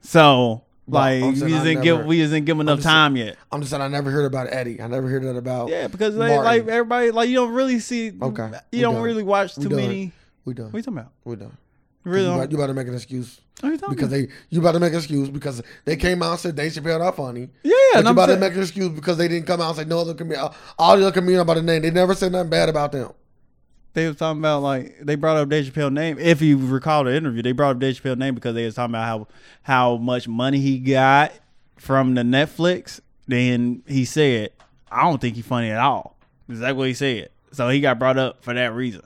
Speaker 1: So
Speaker 2: Well,
Speaker 1: like
Speaker 2: I'm
Speaker 1: we just
Speaker 2: saying I
Speaker 1: didn't
Speaker 2: never-
Speaker 1: give we just didn't give him enough
Speaker 2: just saying-
Speaker 1: time yet.
Speaker 2: I'm just saying I never heard about Eddie. I never heard that about.
Speaker 1: Yeah, because like,
Speaker 2: Oh, Martin.
Speaker 1: like everybody like you don't really see
Speaker 2: Okay, we
Speaker 1: you don't
Speaker 2: done.
Speaker 1: really watch
Speaker 2: We
Speaker 1: too
Speaker 2: done.
Speaker 1: many.
Speaker 2: we done.
Speaker 1: What are you talking about?
Speaker 2: We done.
Speaker 1: You really?
Speaker 2: you,
Speaker 1: don't-
Speaker 2: about, you about to make an excuse
Speaker 1: what are you talking
Speaker 2: because
Speaker 1: about?
Speaker 2: they you about to make an excuse because they came out and said Dave Chappelle not funny.
Speaker 1: yeah, and
Speaker 2: But you
Speaker 1: I'm
Speaker 2: about
Speaker 1: saying-
Speaker 2: to make an excuse because they didn't come out and say no other comedian, all the other comedian by the name. They never said nothing bad about them.
Speaker 1: they was talking about like they brought up Dave Chappelle name. If you recall the interview, they brought up Dave Chappelle name because they was talking about how how much money he got from the Netflix. Then he said, "I don't think he funny at all." Is that what he said? So he got brought up for that reason.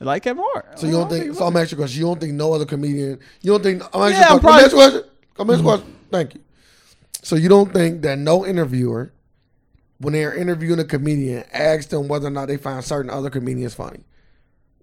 Speaker 1: Like Kevin Hart.
Speaker 2: So you don't
Speaker 1: I
Speaker 2: think?
Speaker 1: he
Speaker 2: So I'm asking you a question. You don't think no other comedian? You don't think? I'm asking
Speaker 1: Yeah,
Speaker 2: you
Speaker 1: I'm
Speaker 2: a question. Let me ask you a question. Let me ask you a question. Thank you. So you don't think that no interviewer, when they're interviewing a comedian, asks them whether or not they find certain other comedians funny,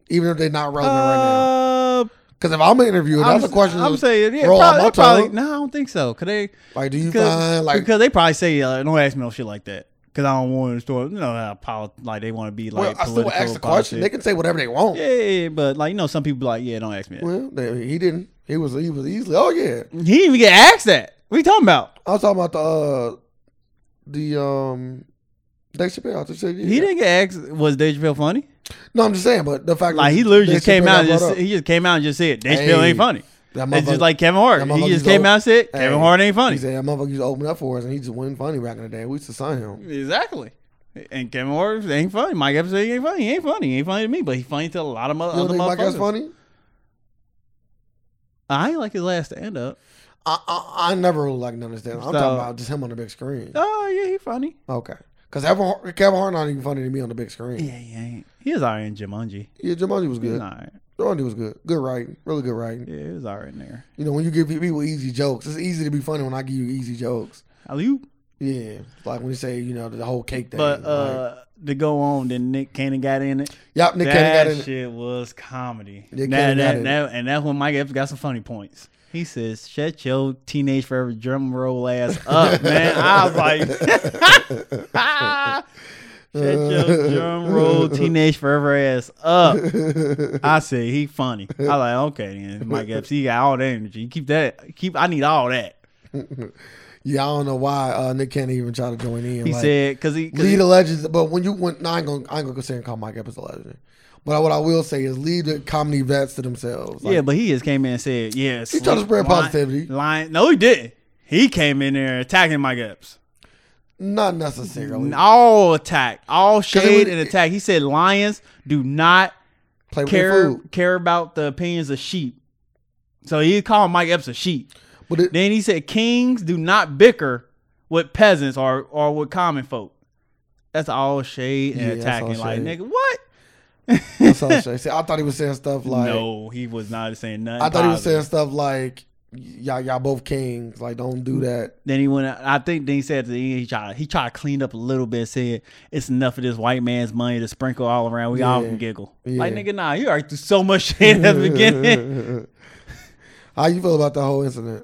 Speaker 2: even if they're not
Speaker 1: funny?
Speaker 2: relevant right now?
Speaker 1: Uh,
Speaker 2: Because if I'm interviewing,
Speaker 1: I'm,
Speaker 2: that's a question.
Speaker 1: I'm
Speaker 2: that's
Speaker 1: saying yeah,
Speaker 2: roll off
Speaker 1: probably,
Speaker 2: my
Speaker 1: probably-
Speaker 2: tongue.
Speaker 1: no, I don't think so. Cause they
Speaker 2: Like, do you
Speaker 1: Cause,
Speaker 2: find like?
Speaker 1: because they probably say, uh, "Don't ask me no shit like that," because I don't want to store. You know how poli- like they want to be
Speaker 2: well,
Speaker 1: like
Speaker 2: I still
Speaker 1: political.
Speaker 2: ask the question. They
Speaker 1: politics.
Speaker 2: can say whatever they want.
Speaker 1: Yeah, yeah, yeah, but like you know, some people be like, "Yeah, don't ask me." That.
Speaker 2: Well, they, he didn't. He was he was easily. Oh yeah,
Speaker 1: He didn't even get asked that. What you talking about?
Speaker 2: I was talking about the uh, the um, Dave Chappelle. I just said, yeah.
Speaker 1: He didn't get asked. Was Dave Chappelle funny?
Speaker 2: No, I'm just saying, but the fact
Speaker 1: Like
Speaker 2: that
Speaker 1: he literally
Speaker 2: Dave
Speaker 1: just came
Speaker 2: Chappelle
Speaker 1: out and
Speaker 2: got
Speaker 1: just
Speaker 2: brought up,
Speaker 1: he just came out and just said Dave Chappelle
Speaker 2: Hey,
Speaker 1: ain't funny.
Speaker 2: that
Speaker 1: It's just
Speaker 2: motherfucker-
Speaker 1: like Kevin Hart.
Speaker 2: that
Speaker 1: He just
Speaker 2: motherfucker's
Speaker 1: came
Speaker 2: old.
Speaker 1: out and said
Speaker 2: Hey.
Speaker 1: Kevin Hart ain't
Speaker 2: He
Speaker 1: funny.
Speaker 2: said that motherfucker used to open up for us, and he just wasn't funny back in the day. We used to sign him.
Speaker 1: Exactly. And Kevin Hart ain't funny. Mike Epps ain't funny. He ain't funny. He ain't funny to me, but he funny to a lot of
Speaker 2: You
Speaker 1: mother-
Speaker 2: don't
Speaker 1: other
Speaker 2: think Mike Epps
Speaker 1: motherfuckers.
Speaker 2: funny?
Speaker 1: I ain't like his last stand up.
Speaker 2: I, I I never really liked none of that. I'm
Speaker 1: So-
Speaker 2: talking about just him on the big screen.
Speaker 1: Oh yeah, he funny.
Speaker 2: Okay, because Kevin Hart Kevin Hart not even funny to me on the big screen.
Speaker 1: Yeah, he ain't. He was alright in Jumanji.
Speaker 2: Yeah, Jumanji was
Speaker 1: He was
Speaker 2: good.
Speaker 1: alright.
Speaker 2: Jumanji was good. Good writing, really good writing.
Speaker 1: Yeah, he was alright in there.
Speaker 2: You know, when you give people easy jokes, it's easy to be funny when I give you easy jokes.
Speaker 1: Alley-oop.
Speaker 2: Yeah, like when you say you know the whole cake thing.
Speaker 1: But
Speaker 2: like,
Speaker 1: uh, to go on, then Nick Cannon got in it.
Speaker 2: yep, Nick Cannon
Speaker 1: that
Speaker 2: got in. it.
Speaker 1: shit was comedy.
Speaker 2: Nick
Speaker 1: that,
Speaker 2: Cannon got in
Speaker 1: that, that, and that's when Mike Epps got some funny points. He says, "Shut your teenage forever drum roll ass up, man." I was like, "Shut your drum roll teenage forever ass up." I said he funny. I like okay then Mike Epps. He got all that energy. Keep that. Keep. I need all that.
Speaker 2: Yeah, I don't know why uh, Nick Cannon even tried to join in.
Speaker 1: He
Speaker 2: like,
Speaker 1: said because he, 'cause he-
Speaker 2: lead the legends, but when you went, no, I ain't gonna, I ain't gonna say and call Mike Epps a legend. But what I will say is lead the comedy vets to themselves. Like,
Speaker 1: yeah, but he just came in and said, "Yes."
Speaker 2: He tried to spread
Speaker 1: lying-
Speaker 2: positivity.
Speaker 1: Lying. No, he didn't. He came in there attacking Mike Epps.
Speaker 2: not necessarily.
Speaker 1: All attack, all
Speaker 2: it
Speaker 1: shade
Speaker 2: would-
Speaker 1: and attack. He said, "Lions do not
Speaker 2: Play with their
Speaker 1: care
Speaker 2: food,
Speaker 1: care about the opinions of sheep." So he called Mike Epps a sheep.
Speaker 2: but it,
Speaker 1: Then he said, "Kings do not bicker with peasants or or with common folk." That's all shade and
Speaker 2: Yeah, that's all
Speaker 1: attacking. Like
Speaker 2: shade.
Speaker 1: nigga, what?
Speaker 2: that's all I'm saying. See, I thought he was saying stuff like,
Speaker 1: no, he was not saying nothing.
Speaker 2: I thought he was
Speaker 1: positive.
Speaker 2: saying stuff like, y'all, y'all both kings. Like, don't do that.
Speaker 1: Then he went. out- I think then he said at the end he tried. He tried to clean up a little bit. Said it's enough of this white man's money to sprinkle all around. We all
Speaker 2: Yeah.
Speaker 1: can giggle.
Speaker 2: Yeah.
Speaker 1: Like nigga, nah, you already threw so much shit at the beginning.
Speaker 2: How you feel about the whole incident?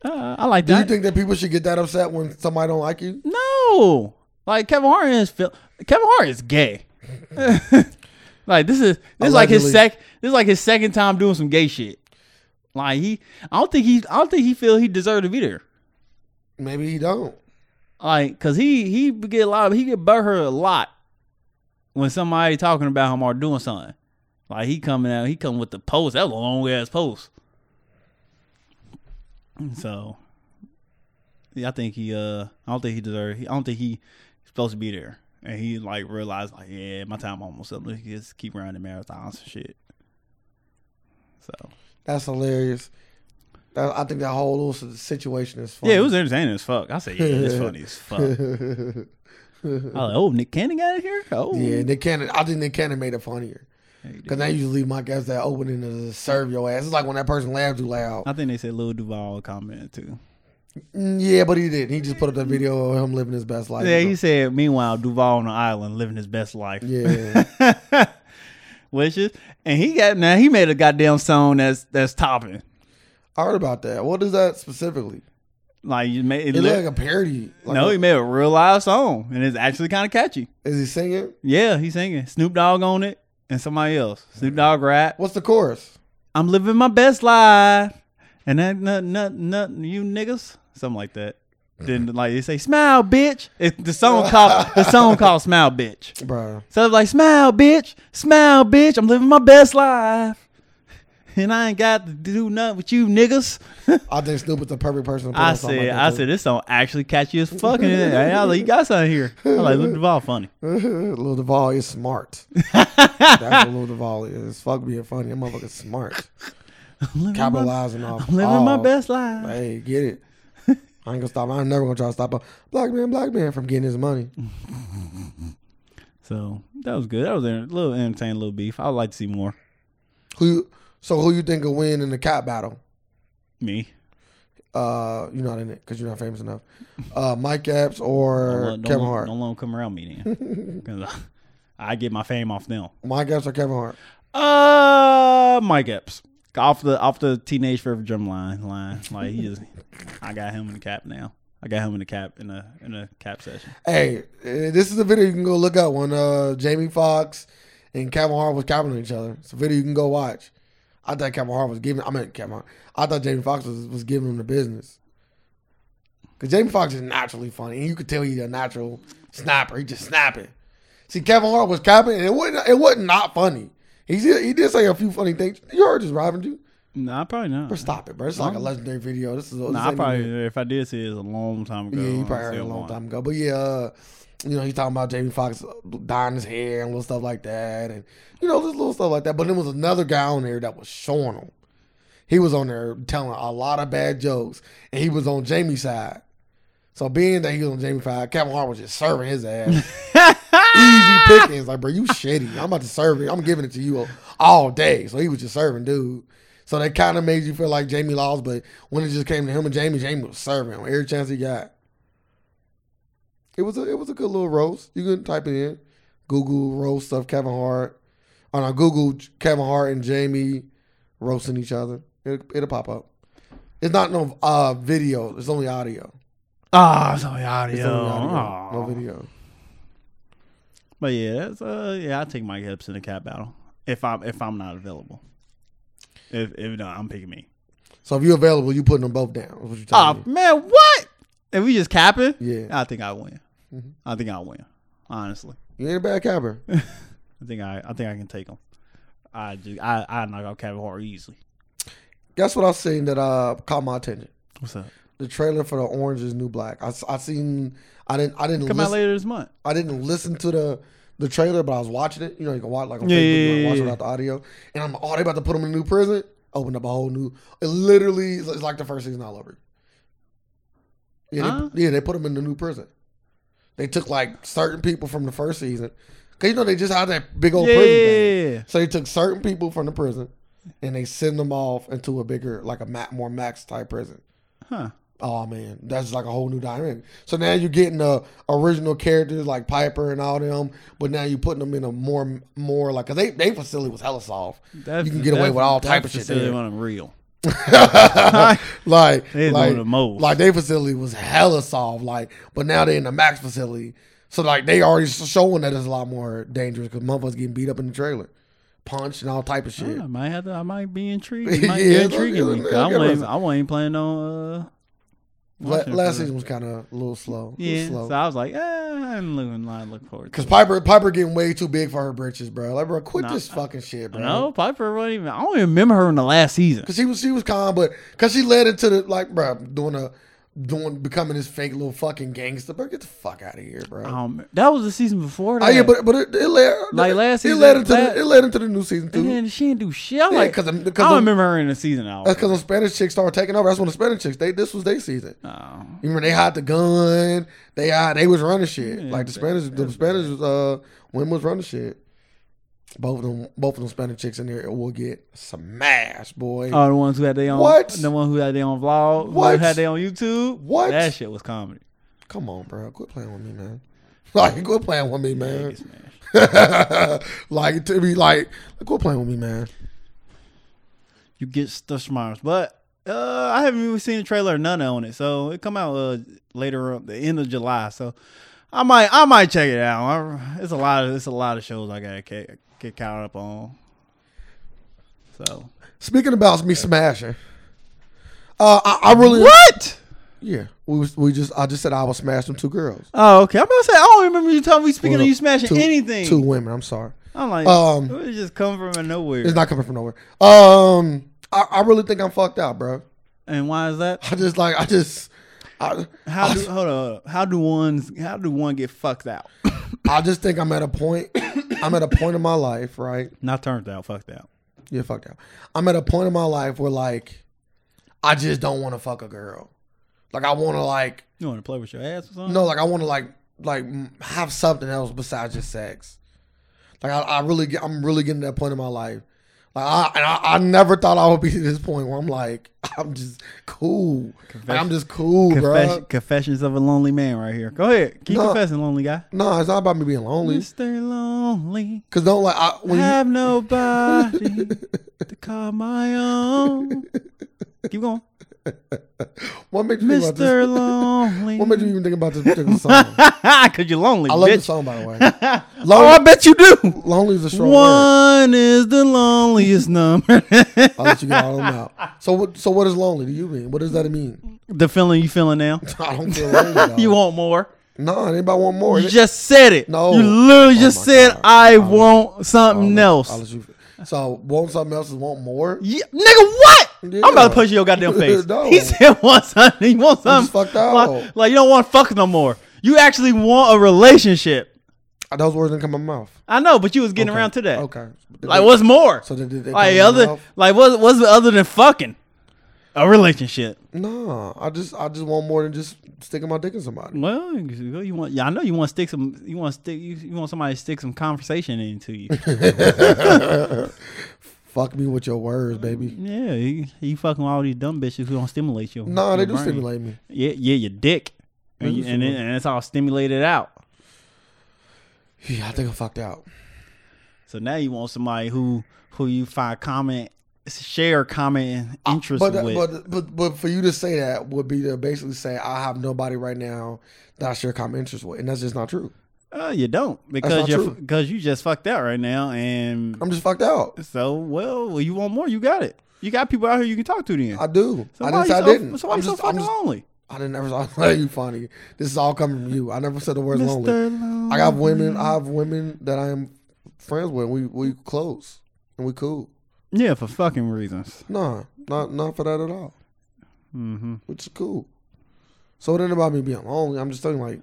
Speaker 1: Uh, I like
Speaker 2: Do you
Speaker 1: that.
Speaker 2: think that people should get that upset when somebody don't like you?
Speaker 1: no, like Kevin Hart is fil- Kevin Hart is gay. like this is this is like his
Speaker 2: Allegedly.
Speaker 1: sec. This is like his second time doing some gay shit. Like he, I don't think he, I don't think he feel he deserved to be there.
Speaker 2: Maybe he don't.
Speaker 1: like cause he he get a lot he get butt hurt a lot when somebody talking about him or doing something. Like he coming out, he come with the post. That was a long ass post. So yeah, I think he uh I don't think he deserved I don't think he supposed to be there. And he like realized like, yeah, my time almost up. Let's just keep running marathons and shit. So
Speaker 2: That's hilarious. That, I think that whole little s- situation is funny.
Speaker 1: Yeah, it was entertaining as fuck. I said, yeah, it's funny as fuck. I was like, oh, Nick Cannon got it here. Oh,
Speaker 2: Yeah, Nick Cannon. I think Nick Cannon made it funnier
Speaker 1: Yeah, he did.
Speaker 2: because they usually leave my guests that opening to serve your ass. It's like when that person laughs too loud.
Speaker 1: I think they said Lil Duval commented too.
Speaker 2: Mm, Yeah, but he did. He just put up that video of him living his best life.
Speaker 1: Yeah, he said. Meanwhile, Duval on the island living his best life.
Speaker 2: yeah.
Speaker 1: Wishes, and he got now he made a goddamn song that's that's topping.
Speaker 2: I heard about that. What is that specifically?
Speaker 1: Like you made it
Speaker 2: It
Speaker 1: look-
Speaker 2: looked like a parody. Like
Speaker 1: no,
Speaker 2: a-
Speaker 1: he made a real live song, and it's actually kind of catchy.
Speaker 2: is he singing?
Speaker 1: Yeah, he's singing Snoop Dogg on it, and somebody else. Snoop Dogg rap.
Speaker 2: What's the chorus?
Speaker 1: I'm living my best life, and that nut nut nut you niggas, something like that. Then like they say smile bitch. It, the song called the song called smile bitch.
Speaker 2: Bro,
Speaker 1: So it's like, smile, bitch, smile, bitch. I'm living my best life, and I ain't got to do nothing with you niggas.
Speaker 2: I think Snoop is the perfect person. To put
Speaker 1: I
Speaker 2: on something
Speaker 1: said,
Speaker 2: like
Speaker 1: I
Speaker 2: that
Speaker 1: said, this song actually catchy as fucking. I was like, you got something here. I was like, Luke Duvall funny.
Speaker 2: to. Lil Duval is smart. That's what Lil Duval is. Fuck being funny. That motherfucker's smart.
Speaker 1: I'm living, my,
Speaker 2: Capitalizing off.
Speaker 1: I'm living my
Speaker 2: all-
Speaker 1: best life.
Speaker 2: Hey, get it. I ain't gonna stop. I'm never gonna try to stop a black man, black man from getting his money.
Speaker 1: So that was good. That was a little entertaining, little beef. I would like to see more.
Speaker 2: Who? So who you think will win in the cop battle?
Speaker 1: Me,
Speaker 2: Uh, you're not in it because you're not famous enough. Uh, Mike Epps or
Speaker 1: don't, let-
Speaker 2: Er, Kevin
Speaker 1: don't,
Speaker 2: Hart?
Speaker 1: don't let 'em come around me then, 'Cause I, I get my fame off them.
Speaker 2: Mike Epps or Kevin Hart?
Speaker 1: Uh, Mike Epps off the off the teenage forever drum line line. Like he just, I got him in the cap now. I got him in the cap in a in a cap session.
Speaker 2: Hey, eh, this is a video you can go look up when uh, Jamie Foxx and Kevin Hart was capping each other. It's a video you can go watch. I thought Kevin Hart was giving. I mean, Kevin Hart. I thought Jamie Foxx was, was giving him the business. Cause Jamie Foxx is naturally funny, and you could tell he's a natural snapper. He just snapping. See, Kevin Hart was capping, and it wasn't. It wasn't not funny. He did, he did say a few funny things. You heard this, Robin? You
Speaker 1: No, I probably not.
Speaker 2: Bro, stop it, bro. It's like a legendary video. This is. this
Speaker 1: No, I
Speaker 2: ain't even-
Speaker 1: probably if I did see it, it was a long time ago.
Speaker 2: yeah, you
Speaker 1: I
Speaker 2: probably heard it a
Speaker 1: still
Speaker 2: long
Speaker 1: want-
Speaker 2: time ago. But yeah, uh, you know, he's talking about Jamie Foxx dyeing his hair and little stuff like that. And, you know, just little stuff like that. But there was another guy on there that was showing him. He was on there telling a lot of bad jokes, and he was on Jamie's side. So being that he was on Jamie's side, Kevin Hart was just serving his ass. Easy pickings. Like, bro, you shitty. I'm about to serve it. I'm giving it to you all day. So he was just serving, dude. So that kind of made you feel like Jamie lost, but when it just came to him and Jamie, Jamie was serving him every chance he got. It was a it was a good little roast. You can type it in, Google roast of Kevin Hart, on no, Google Kevin Hart and Jamie roasting each other. It, it'll pop up. It's not no uh, video. It's only audio.
Speaker 1: Ah, it's only
Speaker 2: It's
Speaker 1: audio.
Speaker 2: only audio. No
Speaker 1: Aw.
Speaker 2: video.
Speaker 1: But yeah, that's uh, yeah, I take Mike Epps in a cap battle if I'm if I'm not available. If if not, I'm picking me.
Speaker 2: So if you're available, you putting them both down. Is what you
Speaker 1: Oh
Speaker 2: talking?
Speaker 1: man, what? If we just capping,
Speaker 2: Yeah,
Speaker 1: I think I win.
Speaker 2: Mhm.
Speaker 1: I think I win. Honestly.
Speaker 2: you ain't a bad capper.
Speaker 1: I think I, I think I can take him. I just, I, I knock out Kevin Hart easily.
Speaker 2: Guess what I seen that uh caught my attention?
Speaker 1: What's up?
Speaker 2: The trailer for the Orange Is New Black. I, s- I seen. I didn't. I didn't.
Speaker 1: Come out
Speaker 2: listen,
Speaker 1: later this month.
Speaker 2: I didn't listen to the the trailer, but I was watching it. You know, you can watch like on
Speaker 1: Yeah,
Speaker 2: Facebook,
Speaker 1: yeah,
Speaker 2: you can watch
Speaker 1: yeah,
Speaker 2: it without the audio. And I'm oh, they about to put them in a new prison. Opened up a whole new. It literally is it's like the first season all over. Yeah, they,
Speaker 1: Huh?
Speaker 2: yeah, they put them in the new prison. They took like certain people from the first season, cause you know they just had that big old
Speaker 1: yeah,
Speaker 2: prison thing.
Speaker 1: yeah, yeah.
Speaker 2: So they took certain people from the prison, and they send them off into a bigger, like a ma- more max type prison.
Speaker 1: Huh.
Speaker 2: Oh man, that's like a whole new dynamic. So now you're getting uh, original characters like Piper and all them, but now you're putting them in a more more like 'cause they they facility was hella soft.
Speaker 1: That,
Speaker 2: You can get away with all type of shit
Speaker 1: They
Speaker 2: there.
Speaker 1: want him real.
Speaker 2: like like
Speaker 1: They doing the most.
Speaker 2: like they facility was hella soft. Like, but now they're in the max facility, so like they already showing that it's a lot more dangerous because motherfuckers getting beat up in the trailer, punched and all type of shit.
Speaker 1: Yeah, I might have to. I might be intrigued. It might
Speaker 2: Yeah,
Speaker 1: be intriguing
Speaker 2: look,
Speaker 1: me.
Speaker 2: look,
Speaker 1: 'cause I'm
Speaker 2: look,
Speaker 1: not
Speaker 2: look.
Speaker 1: even, I wasn't even planning on. Uh,
Speaker 2: La-
Speaker 1: watching it
Speaker 2: last
Speaker 1: for-
Speaker 2: season was kind of a little slow.
Speaker 1: Yeah.
Speaker 2: Yeah,
Speaker 1: So I was like, eh, I didn't look, I didn't look forward. to
Speaker 2: Cause
Speaker 1: it.
Speaker 2: Piper Piper getting way too big for her britches, bro. Like, bro, quit
Speaker 1: Nah.
Speaker 2: this fucking shit, bro.
Speaker 1: No, Piper wasn't even. I don't even remember her in the last season.
Speaker 2: Cause she was she was calm, but cause she led into the like, bro, doing a doing becoming this fake little fucking gangster. Bro, get the fuck out of here, bro.
Speaker 1: Um, that was the season before. That.
Speaker 2: uh, oh yeah, but but it, it led
Speaker 1: Like
Speaker 2: it-
Speaker 1: last
Speaker 2: it
Speaker 1: season,
Speaker 2: led into
Speaker 1: la-
Speaker 2: the, it led into the new season
Speaker 1: and
Speaker 2: too.
Speaker 1: then she didn't do shit. I'm
Speaker 2: Yeah,
Speaker 1: like,
Speaker 2: 'cause I'm- 'cause
Speaker 1: I don't
Speaker 2: I'm-
Speaker 1: remember her in the season out.
Speaker 2: That's because the Spanish chicks started taking over. That's when the Spanish chicks they this was their season.
Speaker 1: Oh.
Speaker 2: You remember they had the gun. They uh, they was running shit. like the Spanish, the Spanish was, uh, women was running shit. Both of them, both of them Spanish chicks in there will get smashed, boy.
Speaker 1: Oh, the ones who had their own
Speaker 2: What?
Speaker 1: The one who had their own vlog,
Speaker 2: What?
Speaker 1: who had their own YouTube.
Speaker 2: What?
Speaker 1: That shit was comedy.
Speaker 2: Come on, bro, quit playing with me, man. Like, quit playing with
Speaker 1: They
Speaker 2: me, man.
Speaker 1: get smashed.
Speaker 2: like to be like, quit playing with me, man.
Speaker 1: You get the smiles, but uh, I haven't even seen a trailer or none on it. So it come out uh, later on, the end of July. So I might, I might check it out. I, it's a lot of, it's a lot of shows I gotta get, get caught up on. So
Speaker 2: Speaking about me smashing, uh, I, I really
Speaker 1: what?
Speaker 2: yeah. We was, we just I just said I was smashing two girls,
Speaker 1: Oh, okay. I'm about to say I don't remember you telling me speaking
Speaker 2: Well,
Speaker 1: of you smashing
Speaker 2: two,
Speaker 1: anything.
Speaker 2: two women. I'm sorry.
Speaker 1: I'm like,
Speaker 2: Um,
Speaker 1: it just come from nowhere.
Speaker 2: It's not coming from nowhere. Um, I, I really think I'm fucked out, bro.
Speaker 1: and why is that?
Speaker 2: I just like I just I,
Speaker 1: How
Speaker 2: I,
Speaker 1: do hold up? How do ones? How do one get fucked out?
Speaker 2: I just think I'm at a point. I'm at a point in my life, right?
Speaker 1: Not turned out. Fucked out.
Speaker 2: Yeah, fucked out. I'm at a point in my life where like I just don't want to fuck a girl. Like I want to like
Speaker 1: You want to play with your ass or something?
Speaker 2: no, like I want to like like m- have something else besides just sex. Like I, I really get, I'm really getting to that point in my life. Like I, and I, I never thought I would be to this point where I'm like I'm just cool. Like, I'm just cool, bro.
Speaker 1: Confession, confessions of a lonely man, right here. Go ahead, keep
Speaker 2: No.
Speaker 1: confessing, lonely guy.
Speaker 2: No, it's not about me being lonely.
Speaker 1: Mister Lonely,
Speaker 2: Cause don't like I when you,
Speaker 1: have nobody to call my own. Keep going,
Speaker 2: what made you think about this?
Speaker 1: Mister Lonely.
Speaker 2: What made you even think about this particular song?
Speaker 1: Cause you're lonely,
Speaker 2: I love
Speaker 1: bitch.
Speaker 2: this song by the way.
Speaker 1: oh, I bet you do.
Speaker 2: Lonely is a strong word.
Speaker 1: One is the loneliest number.
Speaker 2: I'll let you get all of them out. So what? So what does lonely do you mean? What does that mean?
Speaker 1: the feeling you feeling now.
Speaker 2: I don't feel lonely. dog.
Speaker 1: You want more.
Speaker 2: No, anybody want more?
Speaker 1: You just said it.
Speaker 2: No.
Speaker 1: You literally
Speaker 2: Oh
Speaker 1: just
Speaker 2: my
Speaker 1: said,
Speaker 2: God.
Speaker 1: I want something
Speaker 2: I'll
Speaker 1: else.
Speaker 2: let you. So want something else is want more.
Speaker 1: Yeah, nigga, what? I'm about
Speaker 2: Yeah.
Speaker 1: to punch your goddamn face.
Speaker 2: No.
Speaker 1: He said, want something. You want
Speaker 2: I'm just
Speaker 1: something.
Speaker 2: fucked out.
Speaker 1: Like, like, you don't want fuck no more. You actually want a relationship.
Speaker 2: Those words didn't come out my mouth.
Speaker 1: I know, but you was getting around to that.
Speaker 2: Okay.
Speaker 1: Like, what's more?
Speaker 2: So did, did they
Speaker 1: like,
Speaker 2: come out my
Speaker 1: other,
Speaker 2: mouth?
Speaker 1: like, what, what's other than fucking? A relationship.
Speaker 2: No, I just I just want more than just sticking my dick in somebody.
Speaker 1: Well, you you want? Yeah, I know you want to stick some. You want to stick. You, you want somebody to stick some conversation into you.
Speaker 2: Fuck me with your words, baby.
Speaker 1: yeah, you, you fucking all these dumb bitches who don't stimulate you.
Speaker 2: No, they do stimulate me.
Speaker 1: Yeah, yeah, your dick, and,
Speaker 2: do
Speaker 1: you, and, it, and it's all stimulated out.
Speaker 2: Yeah, I think I'm fucked out.
Speaker 1: So now you want somebody who who you find common, share common interests
Speaker 2: Ah, But,
Speaker 1: with.
Speaker 2: but but but for you to say that would be to basically say I have nobody right now that I share common interests with, and that's just not true.
Speaker 1: uh, you don't
Speaker 2: not
Speaker 1: because you're
Speaker 2: true.
Speaker 1: because you just fucked out right now, and
Speaker 2: I'm just fucked out.
Speaker 1: so well, you want more. You got it. You got people out here you can talk to. Then
Speaker 2: I do.
Speaker 1: So
Speaker 2: I
Speaker 1: why
Speaker 2: didn't.
Speaker 1: you
Speaker 2: say I
Speaker 1: so-
Speaker 2: didn't.
Speaker 1: So why
Speaker 2: I'm
Speaker 1: you so
Speaker 2: just. I'm
Speaker 1: fucking
Speaker 2: just.
Speaker 1: lonely?
Speaker 2: I didn't ever. I you funny. This is all coming from you. I never said the words lonely.
Speaker 1: Mr. Lonely.
Speaker 2: I got women. I have women that I am friends with. We we close and we cool.
Speaker 1: Yeah, for fucking reasons.
Speaker 2: Nah, not not for that at all.
Speaker 1: Mm-hmm.
Speaker 2: Which is cool. So it ain't about me being lonely. I'm just telling you, like,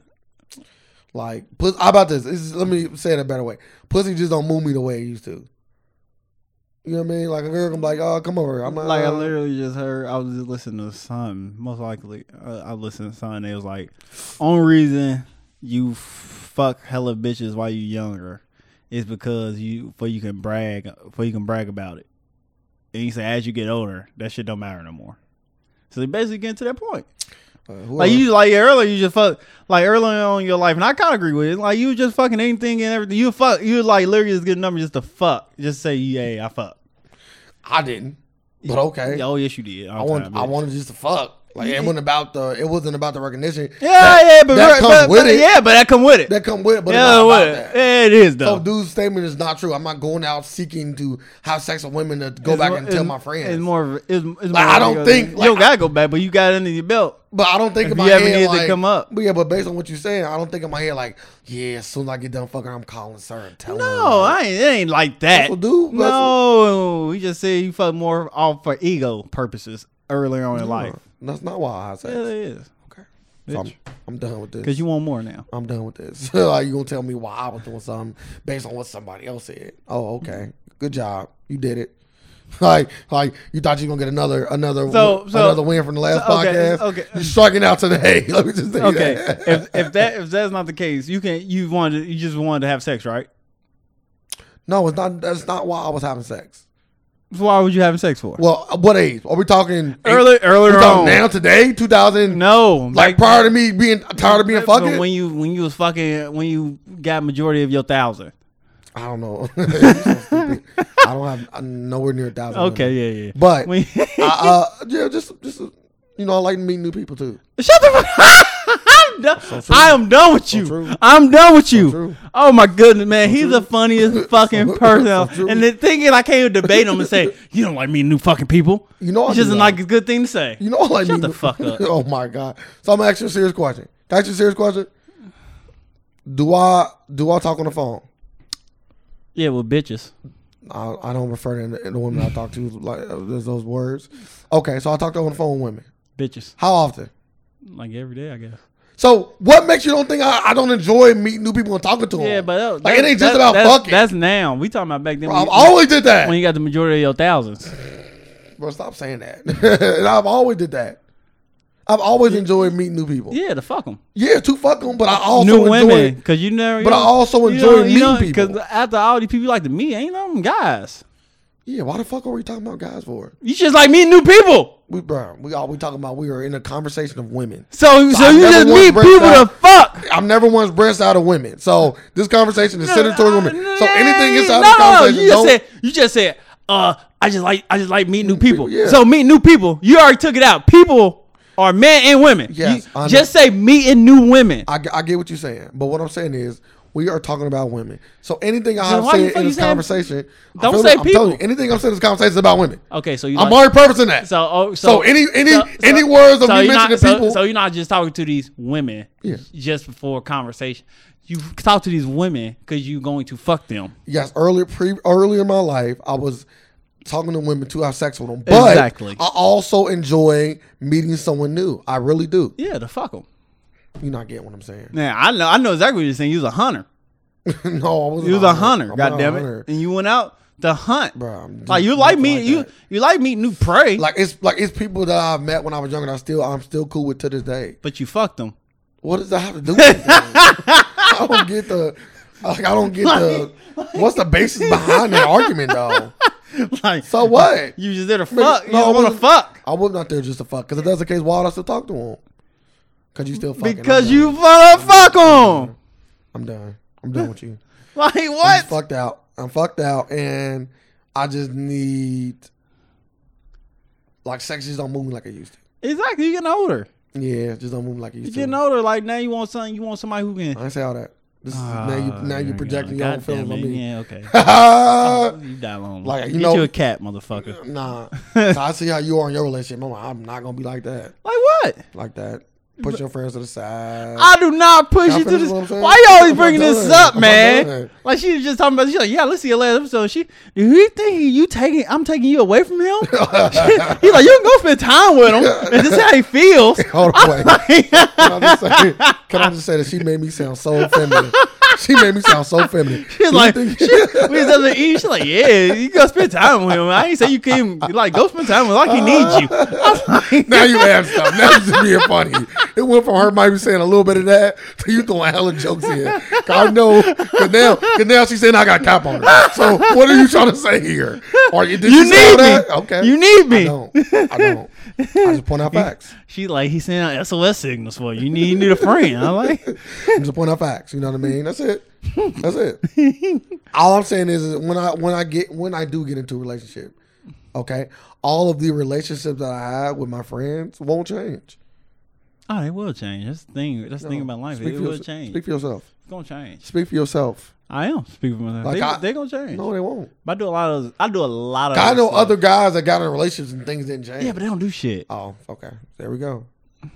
Speaker 2: like pussy. How about this? This is- let me say it a better way. Pussy just don't move me the way it used to. You know what I mean? Like a girl can be like, oh, come over. I'm
Speaker 1: Like I literally just heard, I was just listening to Sun. Most likely, uh, I listened to Sun. It was like, only reason you f- fuck hella bitches while you younger is because you for you can brag for you can brag about it. And he said, as you get older, that shit don't matter no more. So they basically getting to that point.
Speaker 2: uh,
Speaker 1: Like
Speaker 2: whoever-
Speaker 1: you, like earlier, you just fuck like earlier on in your life, and I kind of agree with it. Like you just fucking anything and everything. You fuck, you like literally just get a number just to fuck, just say, yeah, I fuck.
Speaker 2: I didn't. But okay,
Speaker 1: Yeah, oh yes, you did.
Speaker 2: I want. I wanted just to fuck. Like it wasn't about the. It wasn't about the recognition.
Speaker 1: Yeah,
Speaker 2: that,
Speaker 1: yeah, but,
Speaker 2: that
Speaker 1: but-
Speaker 2: comes
Speaker 1: but-
Speaker 2: with it.
Speaker 1: yeah, but that come with it.
Speaker 2: That come with it, but
Speaker 1: yeah,
Speaker 2: it's not
Speaker 1: with
Speaker 2: about
Speaker 1: it.
Speaker 2: that.
Speaker 1: Yeah, it is though.
Speaker 2: So dude's statement is not true. I'm not going out seeking to have sex with women to go
Speaker 1: It's
Speaker 2: back
Speaker 1: more-
Speaker 2: and tell
Speaker 1: it's-
Speaker 2: my friends.
Speaker 1: It's more. of- It's, it's more
Speaker 2: I don't
Speaker 1: regular.
Speaker 2: think,
Speaker 1: you
Speaker 2: like,
Speaker 1: don't gotta go back, but you got it under your belt.
Speaker 2: But I don't think
Speaker 1: If
Speaker 2: in my
Speaker 1: you ever
Speaker 2: head
Speaker 1: needed to
Speaker 2: like,
Speaker 1: come up.
Speaker 2: But yeah, but based on what you're saying, I don't think in my head like, yeah, as soon as I get done fucking, I'm calling sir and telling her.
Speaker 1: No, I ain't, it ain't like that.
Speaker 2: what dude- that's
Speaker 1: no, he just said you fuck more off for ego purposes earlier on in life.
Speaker 2: That's not why I had sex.
Speaker 1: Yeah, it is.
Speaker 2: So I'm,
Speaker 1: Bitch.
Speaker 2: I'm done with this.
Speaker 1: Because you want more now.
Speaker 2: I'm done with this. like, you gonna tell me why I was doing something based on what somebody else said? Oh, okay. Good job. You did it. Like, like you thought you were gonna get another, another,
Speaker 1: So-
Speaker 2: win-
Speaker 1: so-
Speaker 2: another win from the last
Speaker 1: so, okay,
Speaker 2: podcast.
Speaker 1: okay.
Speaker 2: You're striking out today. Let me just tell you
Speaker 1: Okay.
Speaker 2: that.
Speaker 1: if if that if that's not the case, you can you wanted you just wanted to have sex, right?
Speaker 2: No, it's not. That's not why I was having sex.
Speaker 1: So why were you having sex for?
Speaker 2: Well, what age? Are we talking
Speaker 1: Early- earlier
Speaker 2: we talking
Speaker 1: on.
Speaker 2: Now, today, two thousand.
Speaker 1: no,
Speaker 2: Like prior to me being tired of being
Speaker 1: but
Speaker 2: fucking.
Speaker 1: when you when you was fucking when you got majority of your thousand.
Speaker 2: I don't know. You're so stupid. I don't have I'm nowhere near a thousand. women.
Speaker 1: Okay, yeah, yeah.
Speaker 2: but
Speaker 1: When-
Speaker 2: I, uh, yeah, just just uh, you know, I like to meet new people too.
Speaker 1: Shut the fuck up. I'm done. I am done with you.
Speaker 2: true.
Speaker 1: I'm done with you.
Speaker 2: true.
Speaker 1: oh my goodness, man. He's the funniest fucking person.
Speaker 2: true.
Speaker 1: and the thing is, I can't even debate him and say, you don't like meeting new fucking people.
Speaker 2: You know I
Speaker 1: it's
Speaker 2: do
Speaker 1: just
Speaker 2: that.
Speaker 1: like a good thing to say.
Speaker 2: You know, I like
Speaker 1: Shut
Speaker 2: meeting
Speaker 1: the
Speaker 2: new-
Speaker 1: fuck up.
Speaker 2: oh my god! So I'm gonna ask you a serious question. Can I ask you a serious question? Do I do I talk on the phone?
Speaker 1: yeah, with bitches.
Speaker 2: I, I don't refer to the, the women I talk to like uh, there's those words. Okay, so I talk to on the phone with women.
Speaker 1: Bitches.
Speaker 2: How often?
Speaker 1: Like every day, I guess.
Speaker 2: So what makes you don't think I, I don't enjoy meeting new people and talking to them?
Speaker 1: Yeah, but that,
Speaker 2: Oh. like it
Speaker 1: that-
Speaker 2: ain't just
Speaker 1: that-
Speaker 2: about
Speaker 1: that's,
Speaker 2: fucking.
Speaker 1: That's now. We talking about back then.
Speaker 2: I've
Speaker 1: When,
Speaker 2: always did that.
Speaker 1: when you got the majority of your thousands.
Speaker 2: Bro, stop saying that. And I've always did that. I've always enjoyed meeting new people. Yeah,
Speaker 1: Yeah, to fuck them.
Speaker 2: to fuck them, but I also
Speaker 1: New
Speaker 2: enjoy.
Speaker 1: women, because you never.
Speaker 2: but I also enjoy meeting people.
Speaker 1: Because after all these people you like to meet, ain't no guys.
Speaker 2: Yeah, why the fuck are we talking about guys for?
Speaker 1: You just like meeting new people.
Speaker 2: We, bro, we all we talking about. We are in a conversation of women.
Speaker 1: So, so
Speaker 2: I
Speaker 1: you
Speaker 2: never
Speaker 1: just
Speaker 2: once
Speaker 1: meet
Speaker 2: branched
Speaker 1: people to
Speaker 2: out.
Speaker 1: fuck.
Speaker 2: I'm never once breast out of women, so this conversation is centered towards women. So anything
Speaker 1: No,
Speaker 2: inside the
Speaker 1: no, no,
Speaker 2: conversation,
Speaker 1: You just
Speaker 2: don't-
Speaker 1: said. You just said. Uh, I just like I just like meeting new people.
Speaker 2: people, yeah.
Speaker 1: So meet new people. You already took it out. People are men and women.
Speaker 2: Yes,
Speaker 1: You-
Speaker 2: I know.
Speaker 1: just say meeting new women.
Speaker 2: I, I get what you're saying, but what I'm saying is we are talking about women. So anything I
Speaker 1: Then
Speaker 2: have
Speaker 1: why the
Speaker 2: said
Speaker 1: fuck
Speaker 2: in
Speaker 1: you
Speaker 2: this
Speaker 1: saying-
Speaker 2: conversation, I'm
Speaker 1: Don't
Speaker 2: telling-
Speaker 1: say
Speaker 2: I'm telling you,
Speaker 1: people.
Speaker 2: anything I'm saying in this conversation is about women.
Speaker 1: okay, so you.
Speaker 2: I'm
Speaker 1: like,
Speaker 2: already purposing that.
Speaker 1: so, oh, so
Speaker 2: So any any
Speaker 1: so-
Speaker 2: any
Speaker 1: so-
Speaker 2: words that we
Speaker 1: you're
Speaker 2: mention
Speaker 1: not,
Speaker 2: to
Speaker 1: so-
Speaker 2: people,
Speaker 1: So, you're not just talking to these women
Speaker 2: Yeah.
Speaker 1: just before conversation. You talk to these women because you're going to fuck them.
Speaker 2: yes, earlier pre earlier in my life, I was talking to women to have sex with them, but
Speaker 1: Exactly.
Speaker 2: I also enjoy meeting someone new. I really do.
Speaker 1: Yeah, to fuck them.
Speaker 2: You're not getting what I'm saying.
Speaker 1: Man, I know, I know exactly what you're saying. You was a hunter.
Speaker 2: no, I was
Speaker 1: You was a hunter. God damn it! And you went out to hunt,
Speaker 2: Bro, I'm
Speaker 1: Like you
Speaker 2: just
Speaker 1: like
Speaker 2: not
Speaker 1: me,
Speaker 2: like
Speaker 1: you
Speaker 2: that.
Speaker 1: you like meeting new prey,
Speaker 2: Like it's like it's people that I've met when I was younger. And I still I'm still cool with to this day.
Speaker 1: but you fucked them.
Speaker 2: What does that have to do? with it? I don't get the. Like I don't get the. What's the basis behind that argument though?
Speaker 1: like
Speaker 2: So what?
Speaker 1: you just did a
Speaker 2: Nigga,
Speaker 1: fuck.
Speaker 2: no, I
Speaker 1: you want to
Speaker 2: wasn't-
Speaker 1: fuck
Speaker 2: I was not there just to fuck. Because if that's the case, why would I still talk to him? Because you still fucking.
Speaker 1: because
Speaker 2: I'm
Speaker 1: you want to fuck them.
Speaker 2: Done. I'm done. I'm done with you.
Speaker 1: Like
Speaker 2: I'm
Speaker 1: what?
Speaker 2: fucked out. I'm fucked out, and I just need like sex just don't move me like I used to.
Speaker 1: Exactly. You getting older.
Speaker 2: Yeah, it just don't move me like I
Speaker 1: You
Speaker 2: used to.
Speaker 1: getting older. Like now you want something. You want somebody who
Speaker 2: I
Speaker 1: can.
Speaker 2: ain't say all that. This is, now you now
Speaker 1: Oh,
Speaker 2: you projecting your own
Speaker 1: God damn
Speaker 2: feelings on
Speaker 1: it.
Speaker 2: me.
Speaker 1: Yeah. Okay. you die alone.
Speaker 2: like, you
Speaker 1: Get
Speaker 2: know-
Speaker 1: you a cat, motherfucker. Like
Speaker 2: nah, So I see how you are in your relationship. I'm, like, I'm not gonna be like that.
Speaker 1: what?
Speaker 2: Like that. Push your friends to the side.
Speaker 1: I do not push
Speaker 2: Y'all
Speaker 1: you to
Speaker 2: finish
Speaker 1: this.
Speaker 2: what I'm saying?
Speaker 1: Why you always
Speaker 2: I'm
Speaker 1: bringing this
Speaker 2: done.
Speaker 1: up,
Speaker 2: I'm
Speaker 1: man?
Speaker 2: done.
Speaker 1: Like she was just talking about. She's like, yeah, let's see your last episode. She, do you think you taking? I'm taking you away from him. He's like, you can go spend time with him. Is this how he feels?
Speaker 2: Hold on, wait.
Speaker 1: Like,
Speaker 2: Can I, just say, can I just say that she made me sound so feminine? She made me sound so feminine.
Speaker 1: She's
Speaker 2: Do you
Speaker 1: like,
Speaker 2: think-
Speaker 1: she, we was at the eat. She's like, yeah, you go spend time with him. I ain't say you can like go spend time with him. Like he needs you. I was like,
Speaker 2: now you have stuff. Now you just being funny. It went from her might be saying a little bit of that to you throwing hella jokes in. 'Cause I know. Cause now, cause now she's saying I got cap on her. So what are you trying to say here? Are you? Did
Speaker 1: you
Speaker 2: she say all
Speaker 1: need me.
Speaker 2: that? Okay.
Speaker 1: You need
Speaker 2: I
Speaker 1: me.
Speaker 2: don't. I don't. I just point out facts.
Speaker 1: She like he sent out SOS signals for you. You need, you need a friend. I'm like,
Speaker 2: I'm just pointing out facts. You know what I mean? That's it. That's it. all I'm saying is, is when I when I get when I do get into a relationship, okay, all of the relationships that I had with my friends won't change.
Speaker 1: oh, it will change. That's the thing. That's the thing about life. It
Speaker 2: for
Speaker 1: will
Speaker 2: yourse-
Speaker 1: change.
Speaker 2: Speak for yourself.
Speaker 1: It's gonna change.
Speaker 2: Speak for yourself.
Speaker 1: I am speaking for myself.
Speaker 2: Like,
Speaker 1: they,
Speaker 2: I-
Speaker 1: they gonna change.
Speaker 2: No, they won't.
Speaker 1: But I do a lot of. I do a lot of.
Speaker 2: I know
Speaker 1: stuff.
Speaker 2: other guys that got in relationships and things didn't change.
Speaker 1: Yeah, but they don't do shit.
Speaker 2: oh, okay. There we go.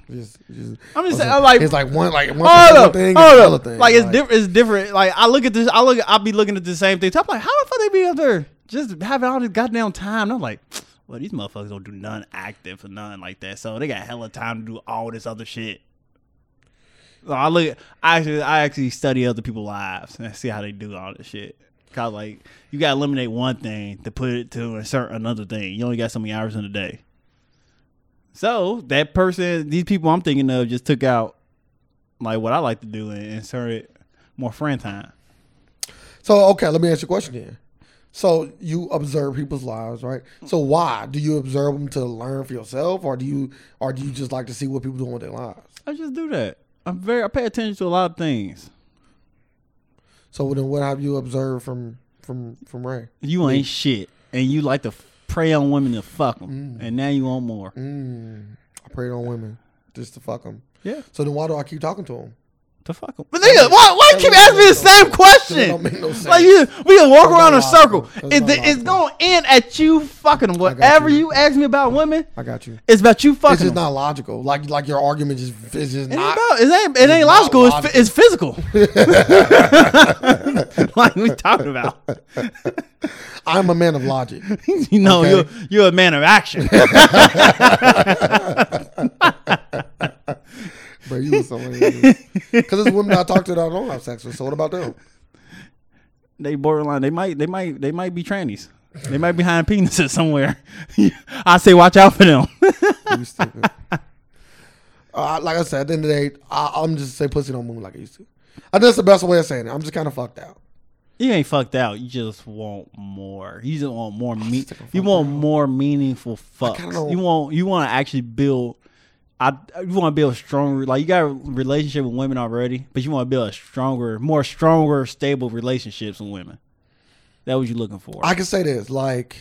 Speaker 2: Just, just,
Speaker 1: I'm just
Speaker 2: listen,
Speaker 1: saying, like-
Speaker 2: it's like one like one
Speaker 1: Hold
Speaker 2: particular
Speaker 1: up,
Speaker 2: thing,
Speaker 1: hold
Speaker 2: and another
Speaker 1: up.
Speaker 2: thing.
Speaker 1: Like it's different. It's different. Like I look at this. I look. I be looking at the same thing. I'm like, how the fuck they be up there just having all this goddamn time? And I'm like, well, these motherfuckers don't do none active or nothing like that. So they got hella time to do all this other shit. So I look. I actually, I actually study other people's lives and I see how they do all this shit. Cause like you gotta eliminate one thing to put it to insert another thing. You only got so many hours in a day. So that person, these people I'm thinking of, just took out like what I like to do and inserted more friend time.
Speaker 2: So okay, let me ask you a question here. So you observe people's lives, right? So why do you observe them to learn for yourself, or do you, or do you just like to see what people doing with their lives?
Speaker 1: I just do that. I'm very. I pay attention to a lot of things.
Speaker 2: So then, what have you observed from from from Ray?
Speaker 1: You ain't shit, and you like to f- prey on women to fuck them, and now you want more.
Speaker 2: Mm, I preyed on women just to fuck them.
Speaker 1: Yeah,
Speaker 2: So then, why do I keep talking to them?
Speaker 1: to fuck them. But nigga, why why you keep asking me the same
Speaker 2: That don't
Speaker 1: question?
Speaker 2: make no sense.
Speaker 1: Like you, we can walk around in a
Speaker 2: That's not
Speaker 1: circle.
Speaker 2: logical.
Speaker 1: It,
Speaker 2: That's not
Speaker 1: it's
Speaker 2: logical.
Speaker 1: gonna end at you fucking 'em. Whatever you ask me about women,
Speaker 2: I got you.
Speaker 1: it's about you
Speaker 2: It's
Speaker 1: fucking.
Speaker 2: just
Speaker 1: 'em.
Speaker 2: not logical. Like like your argument is is just
Speaker 1: It ain't
Speaker 2: not.
Speaker 1: about- it ain't, it ain't
Speaker 2: not
Speaker 1: logical. It's, phy- it's physical. like we talking about.
Speaker 2: I'm a man of logic.
Speaker 1: you know,
Speaker 2: Okay.
Speaker 1: you're you're a man of action.
Speaker 2: Bro, you was so Because there's women I talk to that I don't have sex with. So what about them?
Speaker 1: they borderline. They might they might they might be trannies. They might be hiding penises somewhere. I say watch out for them.
Speaker 2: You stupid. uh, like I said, at the end of the day, I, I'm just say pussy don't move like it used to. I think that's the best way of saying it. I'm just kind of fucked out.
Speaker 1: you ain't fucked out. You just want more. You just want
Speaker 2: Oh,
Speaker 1: more meat.
Speaker 2: think I'm
Speaker 1: You
Speaker 2: fucked
Speaker 1: want more meaningful
Speaker 2: kinda
Speaker 1: fucks.
Speaker 2: don't-
Speaker 1: You want you want to actually build. I you want to build stronger. Like you got a relationship with women already, but you want to build a stronger, more stronger, stable relationships with women. That what you looking for.
Speaker 2: I can say this, like,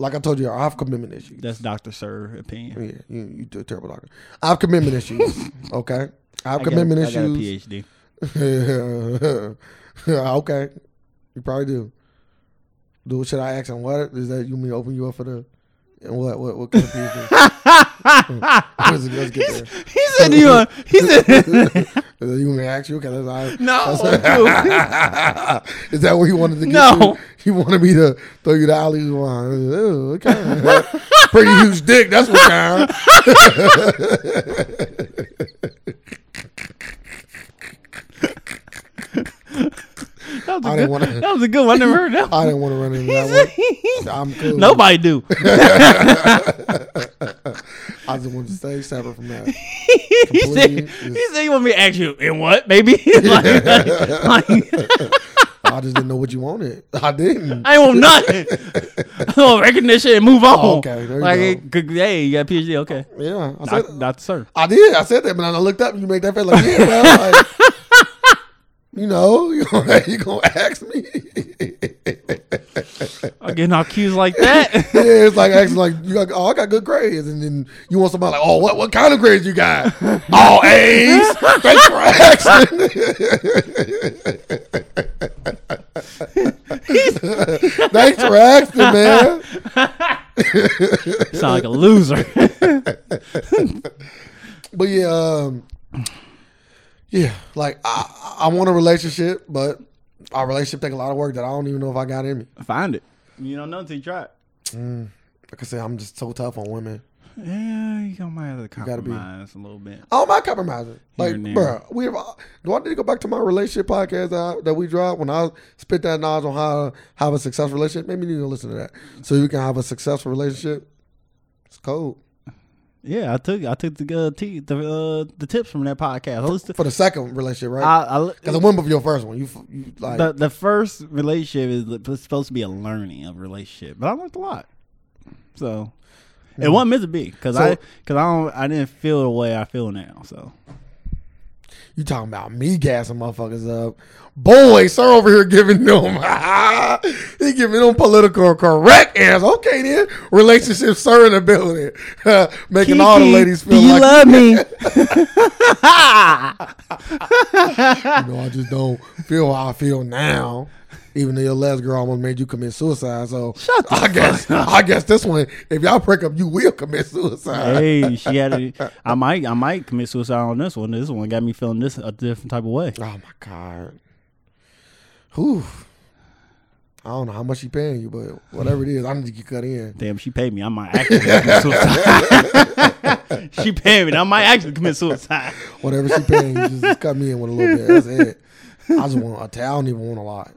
Speaker 2: like I told you, I have commitment issues.
Speaker 1: That's Doctor Sir opinion.
Speaker 2: yeah, you, you do a terrible doctor. I have commitment issues. Okay, I have
Speaker 1: I got-
Speaker 2: commitment
Speaker 1: I got a
Speaker 2: issues.
Speaker 1: PhD.
Speaker 2: okay, you probably do. Do should I ask him what is that? You mean open you up for the and what what what kind of PhD? let's, let's get there.
Speaker 1: He said you. are- He said
Speaker 2: Is that you want me to ask you? Okay, that's all right.
Speaker 1: no. dude.
Speaker 2: Is that what he wanted to get
Speaker 1: No.
Speaker 2: to? He wanted me to throw you the alley one. Ew, Okay. Pretty huge dick, that's what kind.
Speaker 1: That was,
Speaker 2: I
Speaker 1: a
Speaker 2: didn't
Speaker 1: good,
Speaker 2: wanna-
Speaker 1: that was a good one. I never heard that.
Speaker 2: I didn't want to run into that
Speaker 1: one.
Speaker 2: one. I'm cool.
Speaker 1: Nobody do.
Speaker 2: I just wanted to stay separate from that.
Speaker 1: he said.
Speaker 2: Completely.
Speaker 1: He said you want me to ask you in what? Maybe. like, like,
Speaker 2: I just didn't know what you wanted. I didn't.
Speaker 1: I want nothing. I want recognition and move on.
Speaker 2: Oh, okay, there you
Speaker 1: like,
Speaker 2: go.
Speaker 1: it could- hey, you got a PhD. Okay.
Speaker 2: Yeah. I said
Speaker 1: Doc- Doctor Sir.
Speaker 2: I did. I said that, but I looked up and you make that face like, yeah, well, like, you know, you gonna, you gonna ask me?
Speaker 1: I'm getting all cues like that.
Speaker 2: Yeah, it's like asking like you got oh I got good grades and then you want somebody like oh what what kind of grades you got? All A's. Thanks for asking. Thanks for asking, man.
Speaker 1: Sound like a loser.
Speaker 2: But yeah, um, yeah, like I I want a relationship, but our relationship take a lot of work that I don't even know if I got in me.
Speaker 1: Find it. You don't know until you try it.
Speaker 2: Like I said, I'm just so tough on women.
Speaker 1: Yeah, you might have to
Speaker 2: gotta be-
Speaker 1: compromise a little bit.
Speaker 2: Oh my compromising. Like,
Speaker 1: and there.
Speaker 2: bruh, we have. Do I need to go back to my relationship podcast that, I, that we dropped when I spit that knowledge on how to have a successful relationship? Maybe you need to listen to that so you can have a successful relationship. It's cold
Speaker 1: Yeah, I took I took the uh, t- the uh, the tips from that podcast. I listened.
Speaker 2: for the second relationship, right?
Speaker 1: I, I,
Speaker 2: Because it went with your first one. You, f- you like
Speaker 1: the the first relationship is li- it's supposed to be a learning of relationship, but I learned a lot. So it wasn't meant to be because I
Speaker 2: Hmm. So-
Speaker 1: because I don't I didn't feel the way I feel now. So
Speaker 2: you talking about me gassing motherfuckers up. Boy, sir over here giving them he giving them political correct ass. Okay then, relationship sir in the building, making all the
Speaker 1: Kiki,
Speaker 2: ladies feel
Speaker 1: do you
Speaker 2: like
Speaker 1: love me?
Speaker 2: you know, I just don't feel how I feel now. Even though your last girl almost made you commit suicide, so
Speaker 1: Shut the
Speaker 2: I guess I guess this one, if y'all break up, you will commit suicide.
Speaker 1: hey, she had it. I might I might commit suicide on this one. This one got me feeling this a different type of way.
Speaker 2: Oh my god. Whew. I don't know how much she paying you, but whatever it is, I need to get cut in.
Speaker 1: Damn, she paid me. I might actually commit suicide. she paying me. I might actually commit suicide.
Speaker 2: Whatever she paying, you just cut me in with a little bit. That's it. I just want a towel. I don't even want a lot.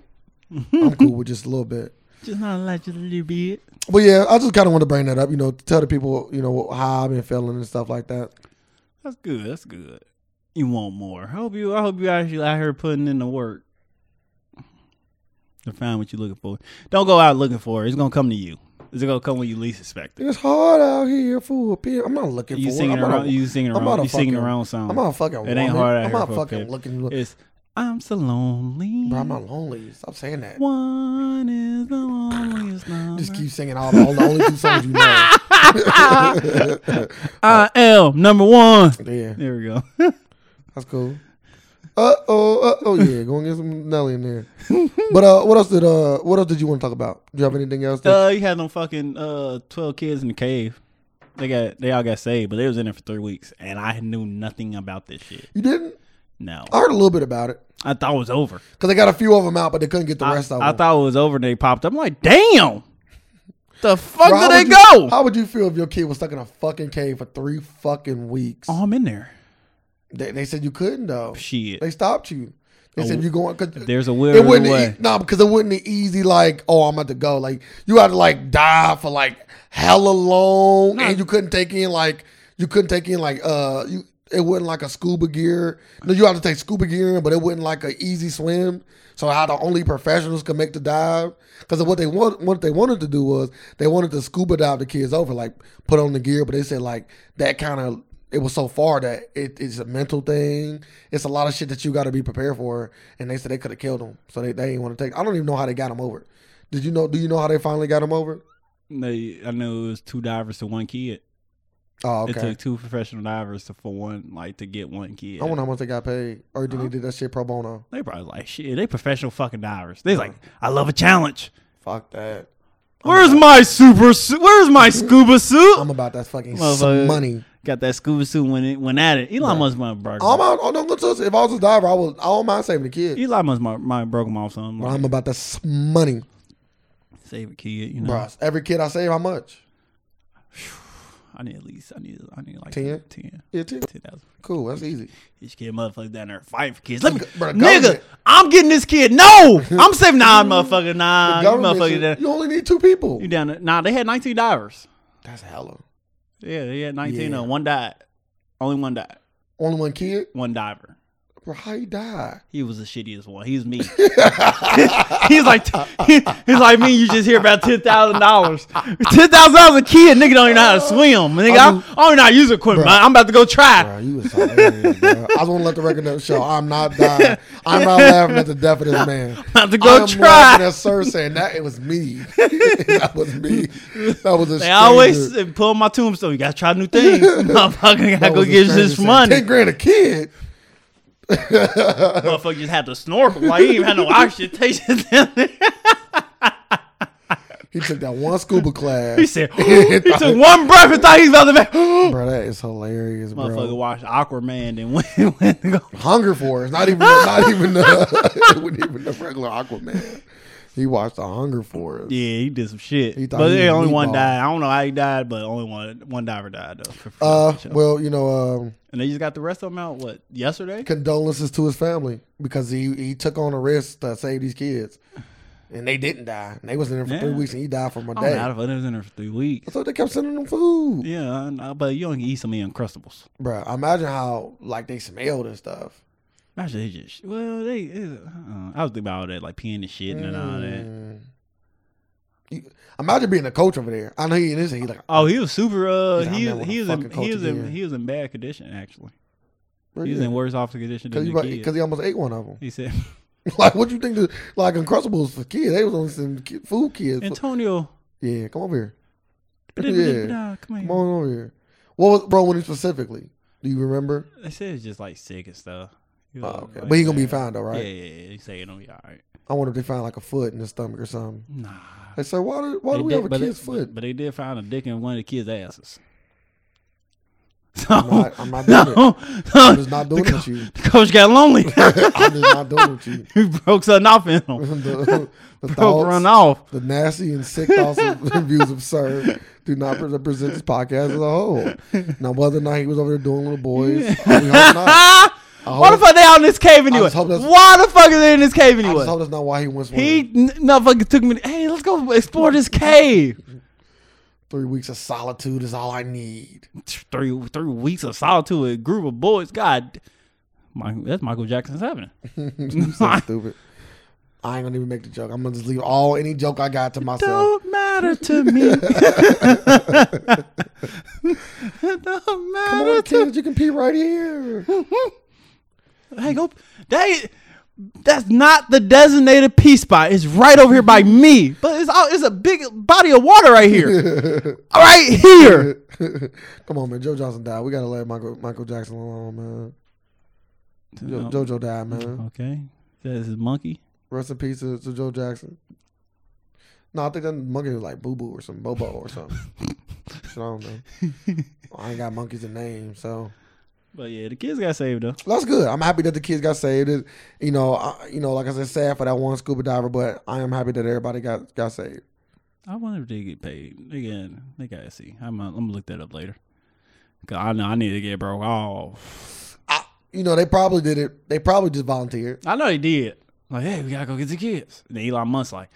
Speaker 2: I'm cool with just a little bit.
Speaker 1: Just not like just a little bit.
Speaker 2: But yeah, I just kind of want to bring that up. You know, to tell the people, you know, how I've been feeling and stuff like that.
Speaker 1: That's good. That's good. You want more? I hope you. I hope you actually out here putting in the work to find what you're looking for. Don't go out looking for it. It's gonna come to you. It's gonna come when you least expect it.
Speaker 2: It's hard out here for a pimp. I'm not looking
Speaker 1: You
Speaker 2: for.
Speaker 1: singing
Speaker 2: it. I'm not
Speaker 1: around.
Speaker 2: a-
Speaker 1: You singing
Speaker 2: I'm not
Speaker 1: around.
Speaker 2: a
Speaker 1: You singing
Speaker 2: fucking-
Speaker 1: around song.
Speaker 2: I'm not a fucking.
Speaker 1: It ain't
Speaker 2: woman.
Speaker 1: hard out
Speaker 2: I'm
Speaker 1: here
Speaker 2: not
Speaker 1: for a
Speaker 2: fucking
Speaker 1: pimp.
Speaker 2: looking. Look,
Speaker 1: It's I'm so lonely.
Speaker 2: bro, I'm not lonely. Stop saying that.
Speaker 1: One is the loneliest number.
Speaker 2: Just keep singing all the, all the only two songs you know.
Speaker 1: I am number one.
Speaker 2: Yeah,
Speaker 1: There we go.
Speaker 2: that's cool. Uh oh, uh oh, yeah. Go and get some Nelly in there. But uh, what else did uh, what else did you want to talk about? Do you have anything else? That,
Speaker 1: uh, you had them fucking uh twelve kids in the cave. They got they all got saved, but they was in there for three weeks, and I knew nothing about this shit.
Speaker 2: you didn't?
Speaker 1: No,
Speaker 2: I heard a little bit about it
Speaker 1: I thought it was over.
Speaker 2: because they got a few of them out, but they couldn't get the
Speaker 1: I,
Speaker 2: rest of
Speaker 1: I
Speaker 2: them.
Speaker 1: thought it was over. and They popped up. I'm like, damn, the fuck
Speaker 2: Bro, how
Speaker 1: did they
Speaker 2: would you-
Speaker 1: go?
Speaker 2: How would you feel if your kid was stuck in a fucking cave for three fucking weeks?
Speaker 1: oh, I'm in there.
Speaker 2: They, they said you couldn't though.
Speaker 1: Shit,
Speaker 2: They stopped you. They said
Speaker 1: Oh,
Speaker 2: you going because
Speaker 1: there's a will.
Speaker 2: it
Speaker 1: there's a
Speaker 2: wouldn't
Speaker 1: way.
Speaker 2: e- nah because it wouldn't be easy like oh I'm about to go like you had to like die for like hella long and you couldn't take in like you couldn't take in like uh you it wasn't like a scuba gear no you had to take scuba gear in but it wasn't like an easy swim so how the only professionals could make the dive because what they want what they wanted to do was they wanted to scuba dive the kids over like put on the gear but they said like that kind of it was so far that it, it's a mental thing. It's a lot of shit that you got to be prepared for. And they said they could have killed him, so they they didn't want to take. I don't even know how they got him over. Did you know? Do you know how they finally got him over?
Speaker 1: They, I know it was two divers to one kid.
Speaker 2: Oh,
Speaker 1: It
Speaker 2: okay.
Speaker 1: took two professional divers to for one like to get one kid.
Speaker 2: I wonder how much they got paid, or did they do that shit pro bono?
Speaker 1: They probably like shit. They professional fucking divers. They like, I love a challenge.
Speaker 2: Fuck that.
Speaker 1: Where's my super suit? Where's my scuba
Speaker 2: I'm
Speaker 1: suit?
Speaker 2: about that fucking
Speaker 1: Motherfucker.
Speaker 2: money.
Speaker 1: Got that scuba suit when it went at it. Elon Musk might have broke.
Speaker 2: I'm out. Oh, don't go to us. If I was a diver, I would. I don't mind saving the kid.
Speaker 1: Elon Musk might, might have broke him off something.
Speaker 2: But
Speaker 1: Like,
Speaker 2: I'm about that money,
Speaker 1: save a kid, you know.
Speaker 2: bro. Every kid I save, how much?
Speaker 1: I need at least. I need. I need like
Speaker 2: Ten?
Speaker 1: ten,
Speaker 2: Yeah, ten.
Speaker 1: ten thousand.
Speaker 2: Cool. That's easy.
Speaker 1: Each kid motherfucker down there fight for kids. Let me,
Speaker 2: Bro, the
Speaker 1: nigga.
Speaker 2: government-
Speaker 1: I'm getting this kid. No, I'm saving nine motherfucker. Nah, you
Speaker 2: Government
Speaker 1: motherfucker.
Speaker 2: shit,
Speaker 1: down-
Speaker 2: you only need two people.
Speaker 1: You down there? Nah, they had 19 divers.
Speaker 2: That's hella.
Speaker 1: Yeah, they had 19.
Speaker 2: Yeah.
Speaker 1: Uh, one died. Only one died.
Speaker 2: Only one kid.
Speaker 1: One diver.
Speaker 2: Bro, how you die?
Speaker 1: He was the shittiest one. He was me. he's like, he's like me. You just hear about ten thousand dollars. Ten thousand dollars a kid, nigga don't even know how to swim. Nigga, I, I don't know how to use equipment. I'm about to go try.
Speaker 2: Bro, you was hilarious, bro. I just want to let the record know, show I'm not dying. I'm not laughing at the death of this man.
Speaker 1: I'm about to
Speaker 2: I
Speaker 1: go
Speaker 2: am
Speaker 1: try.
Speaker 2: laughing at Sir saying that it was me. that was me. That was a
Speaker 1: They always say, pull my tombstone. You gotta try new things. Motherfucker, gotta go get this money.
Speaker 2: Ten grand a kid.
Speaker 1: Motherfucker just had to snorkel. Like he ain't had no oxygen.
Speaker 2: He took that one scuba class.
Speaker 1: he said he took one breath and thought he was about to. Make-
Speaker 2: bro, that is hilarious, bro.
Speaker 1: Motherfucker watched Aquaman and went, went to go.
Speaker 2: Hunger Force. Not even not even the it wasn't even the regular Aquaman. He watched the Hunger Force.
Speaker 1: Yeah, he did some shit.
Speaker 2: He thought
Speaker 1: but
Speaker 2: he
Speaker 1: there
Speaker 2: was
Speaker 1: only
Speaker 2: a
Speaker 1: one
Speaker 2: meatball.
Speaker 1: died. I don't know how he died, but only one one diver died though. For- for
Speaker 2: Uh,
Speaker 1: sure.
Speaker 2: well, you know, um,
Speaker 1: and they just got the rest of them out. What yesterday?
Speaker 2: condolences to his family because he, he took on a risk to save these kids, and they didn't die. And they was in there for three
Speaker 1: Yeah. Oh,
Speaker 2: weeks, and he died from a
Speaker 1: I don't
Speaker 2: day.
Speaker 1: know how the fuck they was in there for three weeks.
Speaker 2: so they kept sending them food,
Speaker 1: Yeah, I know, but you don't eat so many uncrustables.
Speaker 2: Bruh, Imagine how like they smelled and stuff.
Speaker 1: Actually, they just well, they. it- uh, I was thinking about all that, like peeing and shit and all that.
Speaker 2: Mm. You- Imagine being a coach over there. I know he is. He like,
Speaker 1: Oh, he was super. Uh,
Speaker 2: He's like,
Speaker 1: he was
Speaker 2: "I'm never
Speaker 1: he was
Speaker 2: gonna
Speaker 1: in,
Speaker 2: fucking
Speaker 1: he was
Speaker 2: coach
Speaker 1: in
Speaker 2: again.
Speaker 1: he was in bad condition actually. He was in
Speaker 2: because
Speaker 1: worse off condition than the
Speaker 2: he, about-
Speaker 1: kid.
Speaker 2: "Oh, 'cause he almost ate one of them.
Speaker 1: He said,
Speaker 2: like, what you think? The, like Uncrustables for kids? They was on some ki- food kids.
Speaker 1: Antonio,
Speaker 2: yeah, come over here.
Speaker 1: yeah. come
Speaker 2: Come
Speaker 1: here.
Speaker 2: on over here. What was bro? When he specifically? Do you remember?
Speaker 1: They said it's just like sick and stuff. He was
Speaker 2: Oh, okay.
Speaker 1: like
Speaker 2: but he gonna be
Speaker 1: that.
Speaker 2: fine though, right?
Speaker 1: Yeah, yeah, yeah. They say it'll be all right.
Speaker 2: I wonder if they find like a foot in his stomach or something.
Speaker 1: Nah.
Speaker 2: They said, why do why do
Speaker 1: They
Speaker 2: we
Speaker 1: did-
Speaker 2: have a
Speaker 1: but
Speaker 2: kid's
Speaker 1: they-
Speaker 2: foot?
Speaker 1: But, but they did find a dick in one of the kids' asses.
Speaker 2: I'm not, I'm not doing it. I'm just not doing it with you.
Speaker 1: The coach got lonely.
Speaker 2: I'm just not doing it with you.
Speaker 1: he broke something off in him.
Speaker 2: the, the
Speaker 1: Broke
Speaker 2: thoughts,
Speaker 1: run off.
Speaker 2: the nasty and sick thoughts and views of Sir do not represent this podcast as a whole. Now, whether or not he was over there doing little boys, we hope not.
Speaker 1: Ah! Why the
Speaker 2: hope-
Speaker 1: fuck they out in this cave anyway?
Speaker 2: just hope that's-
Speaker 1: Why the fuck are they in this cave
Speaker 2: I just
Speaker 1: anyway?
Speaker 2: hope that's not why he went
Speaker 1: He
Speaker 2: swimming.
Speaker 1: n- no fucking took me. to- hey, let's go explore this cave.
Speaker 2: Three weeks of solitude is all I need.
Speaker 1: Three three weeks of solitude with a group of boys. God, Michael, that's Michael Jackson's happening.
Speaker 2: You so stupid. I ain't gonna even make the joke. I'm gonna just leave all any joke I got to myself.
Speaker 1: Don't matter to me. Don't
Speaker 2: Come
Speaker 1: matter
Speaker 2: on, kids, you can pee right here.
Speaker 1: Hey, go. They, that's not the designated pee spot. It's right over here by
Speaker 2: Mm-hmm.
Speaker 1: me. But it's all, it's a big body of water right here. right here.
Speaker 2: Come on, man. Joe Johnson died. We gotta let Michael Michael Jackson alone, man. Jo-
Speaker 1: No.
Speaker 2: JoJo died, man.
Speaker 1: Okay. This is monkey.
Speaker 2: Rest in peace to, to Joe Jackson. No, I think that monkey was like Boo Boo or something, Bobo or something. Shit, I don't know. I ain't got monkeys in name, so
Speaker 1: But yeah, the kids got saved though.
Speaker 2: that's good. I'm happy that the kids got saved. It- you know, I, you know, like I said, sad for that one scuba diver, but I am happy that everybody got got saved.
Speaker 1: I wonder if they get paid. Again, they gotta see. I'm gonna, I'm gonna look that up later. Cause I know I need to get broke off.
Speaker 2: I, you know, they probably did it. They probably just volunteered.
Speaker 1: I know they did. Like, hey, we gotta go get the kids. And Elon Musk's like,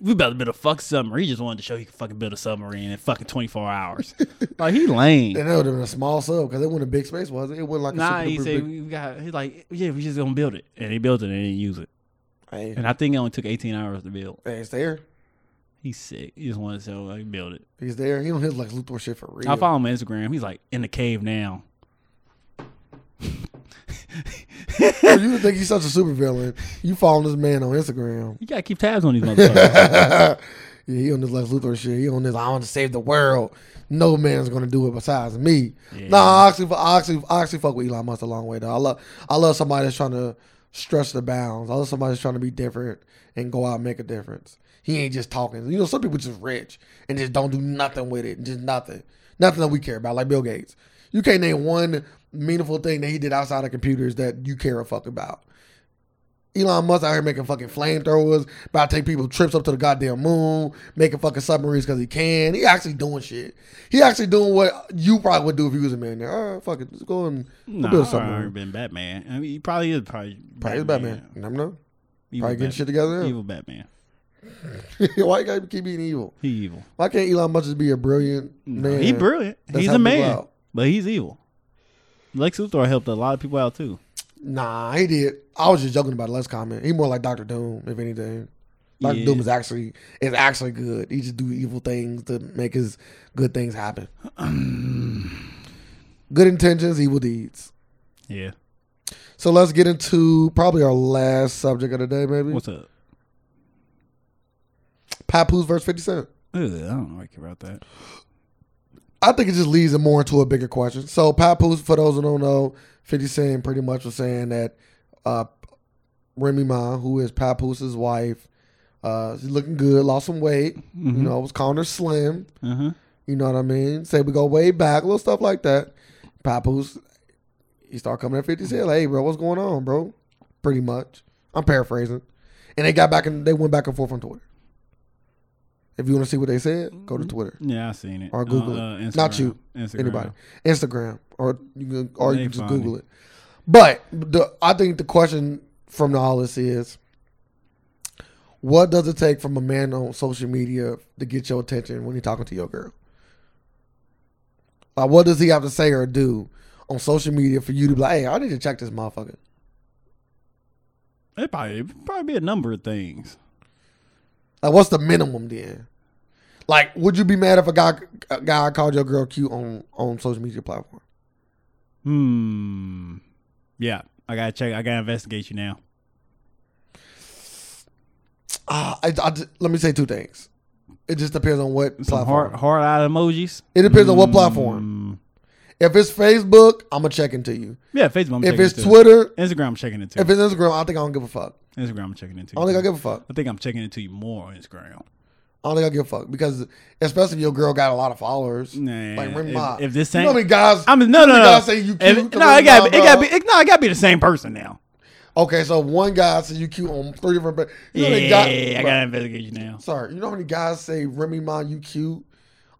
Speaker 1: we better build a fuck submarine. He just wanted to show he could fucking build a submarine in fucking 24 hours. like he lame.
Speaker 2: And that would have been a small sub because it wasn't a big space, was it? It wasn't like
Speaker 1: Nah,
Speaker 2: a super
Speaker 1: he
Speaker 2: duper
Speaker 1: said
Speaker 2: big.
Speaker 1: we got. He's like, yeah, we just gonna build it, and they built it and they didn't use it.
Speaker 2: Hey,
Speaker 1: And I think it only took 18 hours to build.
Speaker 2: hey, it's there.
Speaker 1: He's sick. He just wanted to say, like, build it.
Speaker 2: He's there. He don't hit like Luthor shit for real.
Speaker 1: I follow him on Instagram. He's like in the cave now.
Speaker 2: Bro, you think he's such a supervillain. You follow this man on Instagram.
Speaker 1: You gotta keep tabs on these motherfuckers.
Speaker 2: yeah, he on this Lex Luthor shit. He on this. I want to save the world. No man's gonna do it besides me.
Speaker 1: Yeah.
Speaker 2: Nah, I actually, I actually, I actually fuck with Elon Musk a long way though. I love, I love somebody that's trying to stretch the bounds. I love somebody that's trying to be different and go out and make a difference. He ain't just talking. You know, some people just rich and just don't do nothing with it. Just nothing, nothing that we care about. Like Bill Gates, you can't name one meaningful thing that he did outside of computers that you care a fuck about. Elon Musk out here making fucking flamethrowers, about to take people trips up to the goddamn moon, making fucking submarines because he can. He actually doing shit. He actually doing what you probably would do if you was a millionaire. All right, fuck it, just go and we'll
Speaker 1: nah,
Speaker 2: build a
Speaker 1: I've already
Speaker 2: submarine.
Speaker 1: been Batman. I mean, he probably is probably
Speaker 2: Probably is Batman. You never know.
Speaker 1: Evil
Speaker 2: Probably
Speaker 1: Batman.
Speaker 2: getting shit together.
Speaker 1: Evil Batman.
Speaker 2: Why you gotta keep being evil?
Speaker 1: He evil.
Speaker 2: Why can't Elon Musk just be a brilliant man?
Speaker 1: Oh, He brilliant.
Speaker 2: That's
Speaker 1: he's
Speaker 2: how
Speaker 1: a
Speaker 2: people
Speaker 1: man,
Speaker 2: out.
Speaker 1: but he's evil. Lex Luthor helped a lot of people out too.
Speaker 2: Nah, he did. I was just joking about Lex comment. He more like Doctor Doom, if anything. Doctor
Speaker 1: Yeah.
Speaker 2: Doom is actually is actually good. He just do evil things to make his good things happen. good intentions, evil deeds.
Speaker 1: Yeah.
Speaker 2: So let's get into probably our last subject of the day, maybe
Speaker 1: What's up?
Speaker 2: Papoose versus Fifty Cent.
Speaker 1: Ugh, I don't like about that.
Speaker 2: I think it just leads it more into a bigger question. So Papoose, for those who don't know, 50 Cent pretty much was saying that uh, Remy Ma, who is Papoose's wife, uh, she's looking good, lost some weight. You know, I was calling her slim.
Speaker 1: Uh huh.
Speaker 2: You know what I mean? Say we go way back, little stuff like that. Papoose, he started coming at 50 Cent, like, hey, bro, what's going on, bro? Pretty much. I'm paraphrasing. And they got back and they went back and forth on Twitter. If you want to see what they said, go to Twitter.
Speaker 1: Yeah, I seen it.
Speaker 2: Or Google
Speaker 1: Uh,
Speaker 2: it.
Speaker 1: uh,
Speaker 2: Not
Speaker 1: Instagram.
Speaker 2: you.
Speaker 1: Instagram.
Speaker 2: anybody Instagram or you can or
Speaker 1: They
Speaker 2: you can just
Speaker 1: funny.
Speaker 2: Google it. But the I think the question from all this is, what does it take from a man on social media to get your attention when you're talking to your girl? Like, what does he have to say or do on social media for you to be like, hey, I need to check this motherfucker?
Speaker 1: It probably probably be a number of things.
Speaker 2: Like, what's the minimum then? Like, would you be mad if a guy a guy called your girl cute on on social media platform?
Speaker 1: Hmm. Yeah, I gotta check. I gotta investigate you now.
Speaker 2: Ah, I, I just- let me say two things. It just depends on what
Speaker 1: Some
Speaker 2: platform.
Speaker 1: hard hard eye emojis.
Speaker 2: It depends on what platform.
Speaker 1: Mm.
Speaker 2: If it's Facebook, I'm gonna check into you.
Speaker 1: Yeah, Facebook. I'm
Speaker 2: If
Speaker 1: checking
Speaker 2: it's
Speaker 1: it too.
Speaker 2: Twitter,
Speaker 1: Instagram, I'm checking it too.
Speaker 2: if it's Instagram, I think I don't give a fuck.
Speaker 1: Instagram, I'm checking it too.
Speaker 2: I don't think I give a fuck.
Speaker 1: I think I'm checking it to you more on Instagram.
Speaker 2: I don't think I'll give a fuck because especially if your girl got a lot of followers,
Speaker 1: Nah,
Speaker 2: like Rim
Speaker 1: if-
Speaker 2: Ma.
Speaker 1: if this
Speaker 2: you
Speaker 1: ain't-
Speaker 2: know how many guys,
Speaker 1: I mean, no,
Speaker 2: you know
Speaker 1: no,
Speaker 2: how many
Speaker 1: no.
Speaker 2: guys say you cute.
Speaker 1: If-
Speaker 2: to
Speaker 1: no,
Speaker 2: Rim
Speaker 1: it got
Speaker 2: Ma,
Speaker 1: it got
Speaker 2: bro?
Speaker 1: be it, no, it got to be the same person now.
Speaker 2: Okay, so one guy said you cute on three different. pa- You know how
Speaker 1: Yeah,
Speaker 2: many guy-
Speaker 1: I
Speaker 2: bro,
Speaker 1: got to investigate you now.
Speaker 2: Sorry, you know how many guys say Remy Ma you cute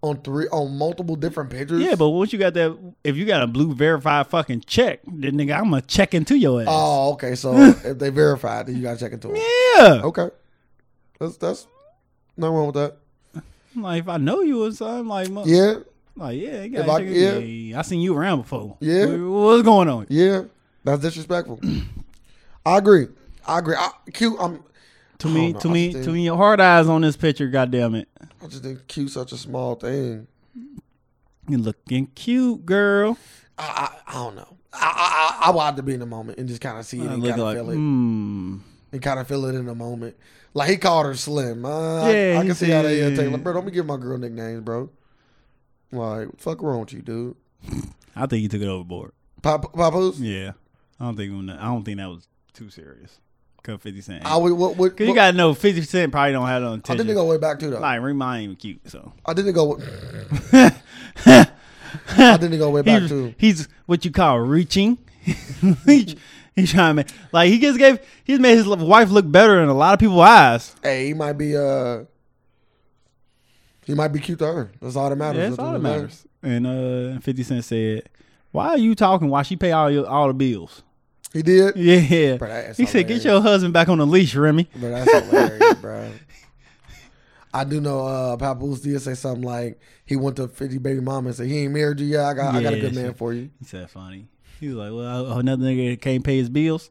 Speaker 2: on three on multiple different pictures?
Speaker 1: Yeah, but once you got that, if you got a blue verified fucking check, then nigga, I'm gonna check into your ass.
Speaker 2: Oh, okay. So if they verified, then you gotta check into them.
Speaker 1: yeah,
Speaker 2: Okay, that's that's nothing wrong with that.
Speaker 1: I'm like if I know you or something, like, mo-
Speaker 2: Yeah,
Speaker 1: like yeah, you
Speaker 2: If
Speaker 1: gotta
Speaker 2: I-
Speaker 1: check in-
Speaker 2: yeah.
Speaker 1: yeah, I seen you around before.
Speaker 2: Yeah.
Speaker 1: What- what's going on?
Speaker 2: yeah, that's disrespectful. I agree. I agree. I, cute. I'm.
Speaker 1: To
Speaker 2: I
Speaker 1: me,
Speaker 2: don't know,
Speaker 1: to
Speaker 2: Oh, I
Speaker 1: me,
Speaker 2: still-
Speaker 1: to me, your hard eyes on this picture. Goddamn it,
Speaker 2: I just think cute such a small thing.
Speaker 1: you looking cute, girl.
Speaker 2: I I, I don't know. I I I, I wanted to be in the moment and just kind of see it
Speaker 1: I
Speaker 2: and
Speaker 1: look
Speaker 2: kind of
Speaker 1: like,
Speaker 2: feel it.
Speaker 1: hmm.
Speaker 2: and kind of feel it in the moment. Like he called her Slim. Uh,
Speaker 1: Yeah,
Speaker 2: I, I
Speaker 1: he
Speaker 2: can see how they
Speaker 1: did.
Speaker 2: take. Like, bro, don't be giving my girl nicknames, bro. Like, what the fuck wrong with you, dude?
Speaker 1: I think you took it overboard.
Speaker 2: Pop, Papoose.
Speaker 1: Yeah, I don't think I don't think that was too serious. Cause Fifty Cent,
Speaker 2: I would. What? what,
Speaker 1: cause you
Speaker 2: what-
Speaker 1: gotta know Fifty Cent probably don't have it on.
Speaker 2: I didn't
Speaker 1: go.
Speaker 2: go way back too though.
Speaker 1: Like Rima ain't even cute, so
Speaker 2: I didn't go. I didn't go way back
Speaker 1: he's,
Speaker 2: too.
Speaker 1: he's what you call reaching. he's, he's trying to make like he just gave he's made his wife look better in a lot of people's eyes.
Speaker 2: Hey, he might be. uh He might be cute to her. That's all that matters.
Speaker 1: Yeah, that's all that
Speaker 2: what
Speaker 1: matters. And uh, Fifty Cent said, "Why are you talking? Why she pay all your all the bills?"
Speaker 2: He did.
Speaker 1: Yeah,
Speaker 2: Bro, that's
Speaker 1: he said,
Speaker 2: hilarious.
Speaker 1: "Get your husband back on the leash, Remy."
Speaker 2: Bro, that's hilarious, bro. I do know uh Papoose did say something like he went to 50 baby mama and said, He ain't married you yet. I got I got a good
Speaker 1: Yeah,
Speaker 2: man
Speaker 1: she-
Speaker 2: for you.
Speaker 1: He said, "Funny." He was like, "Well, oh, another nigga can't pay his bills."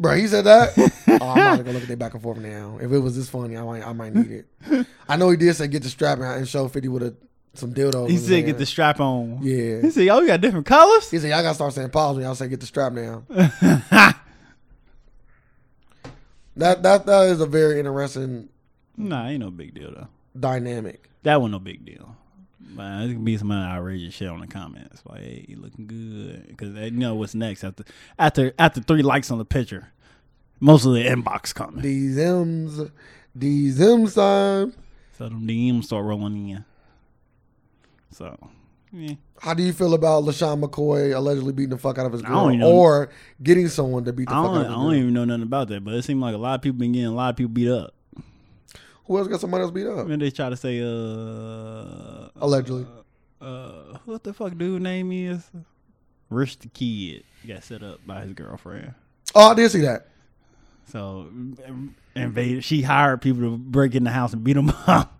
Speaker 2: Bro, he said that. oh, I'm about to go look at that back and forth now. If it was this funny, I might I might need it. I know he did say get the strap and, and show 50 with a some dildo.
Speaker 1: He said, "Get the strap on."
Speaker 2: Yeah.
Speaker 1: He said, "Oh, you got different colors."
Speaker 2: He said, Y'all gotta start saying pause when y'all say get the strap now. That that that is a very interesting
Speaker 1: Nah, ain't no big deal though.
Speaker 2: dynamic.
Speaker 1: That one no big deal. But it's gonna be some outrageous shit on the comments. Like, hey, you looking good? Because they know what's next after after after three likes on the picture. Most of the inbox coming,
Speaker 2: These M's these M's time.
Speaker 1: so them DMs start rolling in. So, yeah.
Speaker 2: How do you feel about LaShawn McCoy allegedly beating the fuck out of his
Speaker 1: I don't
Speaker 2: girl
Speaker 1: even-
Speaker 2: or getting someone to beat the
Speaker 1: I
Speaker 2: fuck out
Speaker 1: don't,
Speaker 2: of
Speaker 1: I
Speaker 2: his
Speaker 1: don't
Speaker 2: girl?
Speaker 1: even know nothing about that, but it seemed like a lot of people been getting a lot of people beat up.
Speaker 2: Who else got somebody else beat
Speaker 1: I
Speaker 2: up?
Speaker 1: mean, they try to say, uh,
Speaker 2: Allegedly.
Speaker 1: uh, what the fuck dude name is? Rich the Kid got set up by his girlfriend.
Speaker 2: Oh, I did see that.
Speaker 1: So invaded. She hired people to break in the house and beat them up,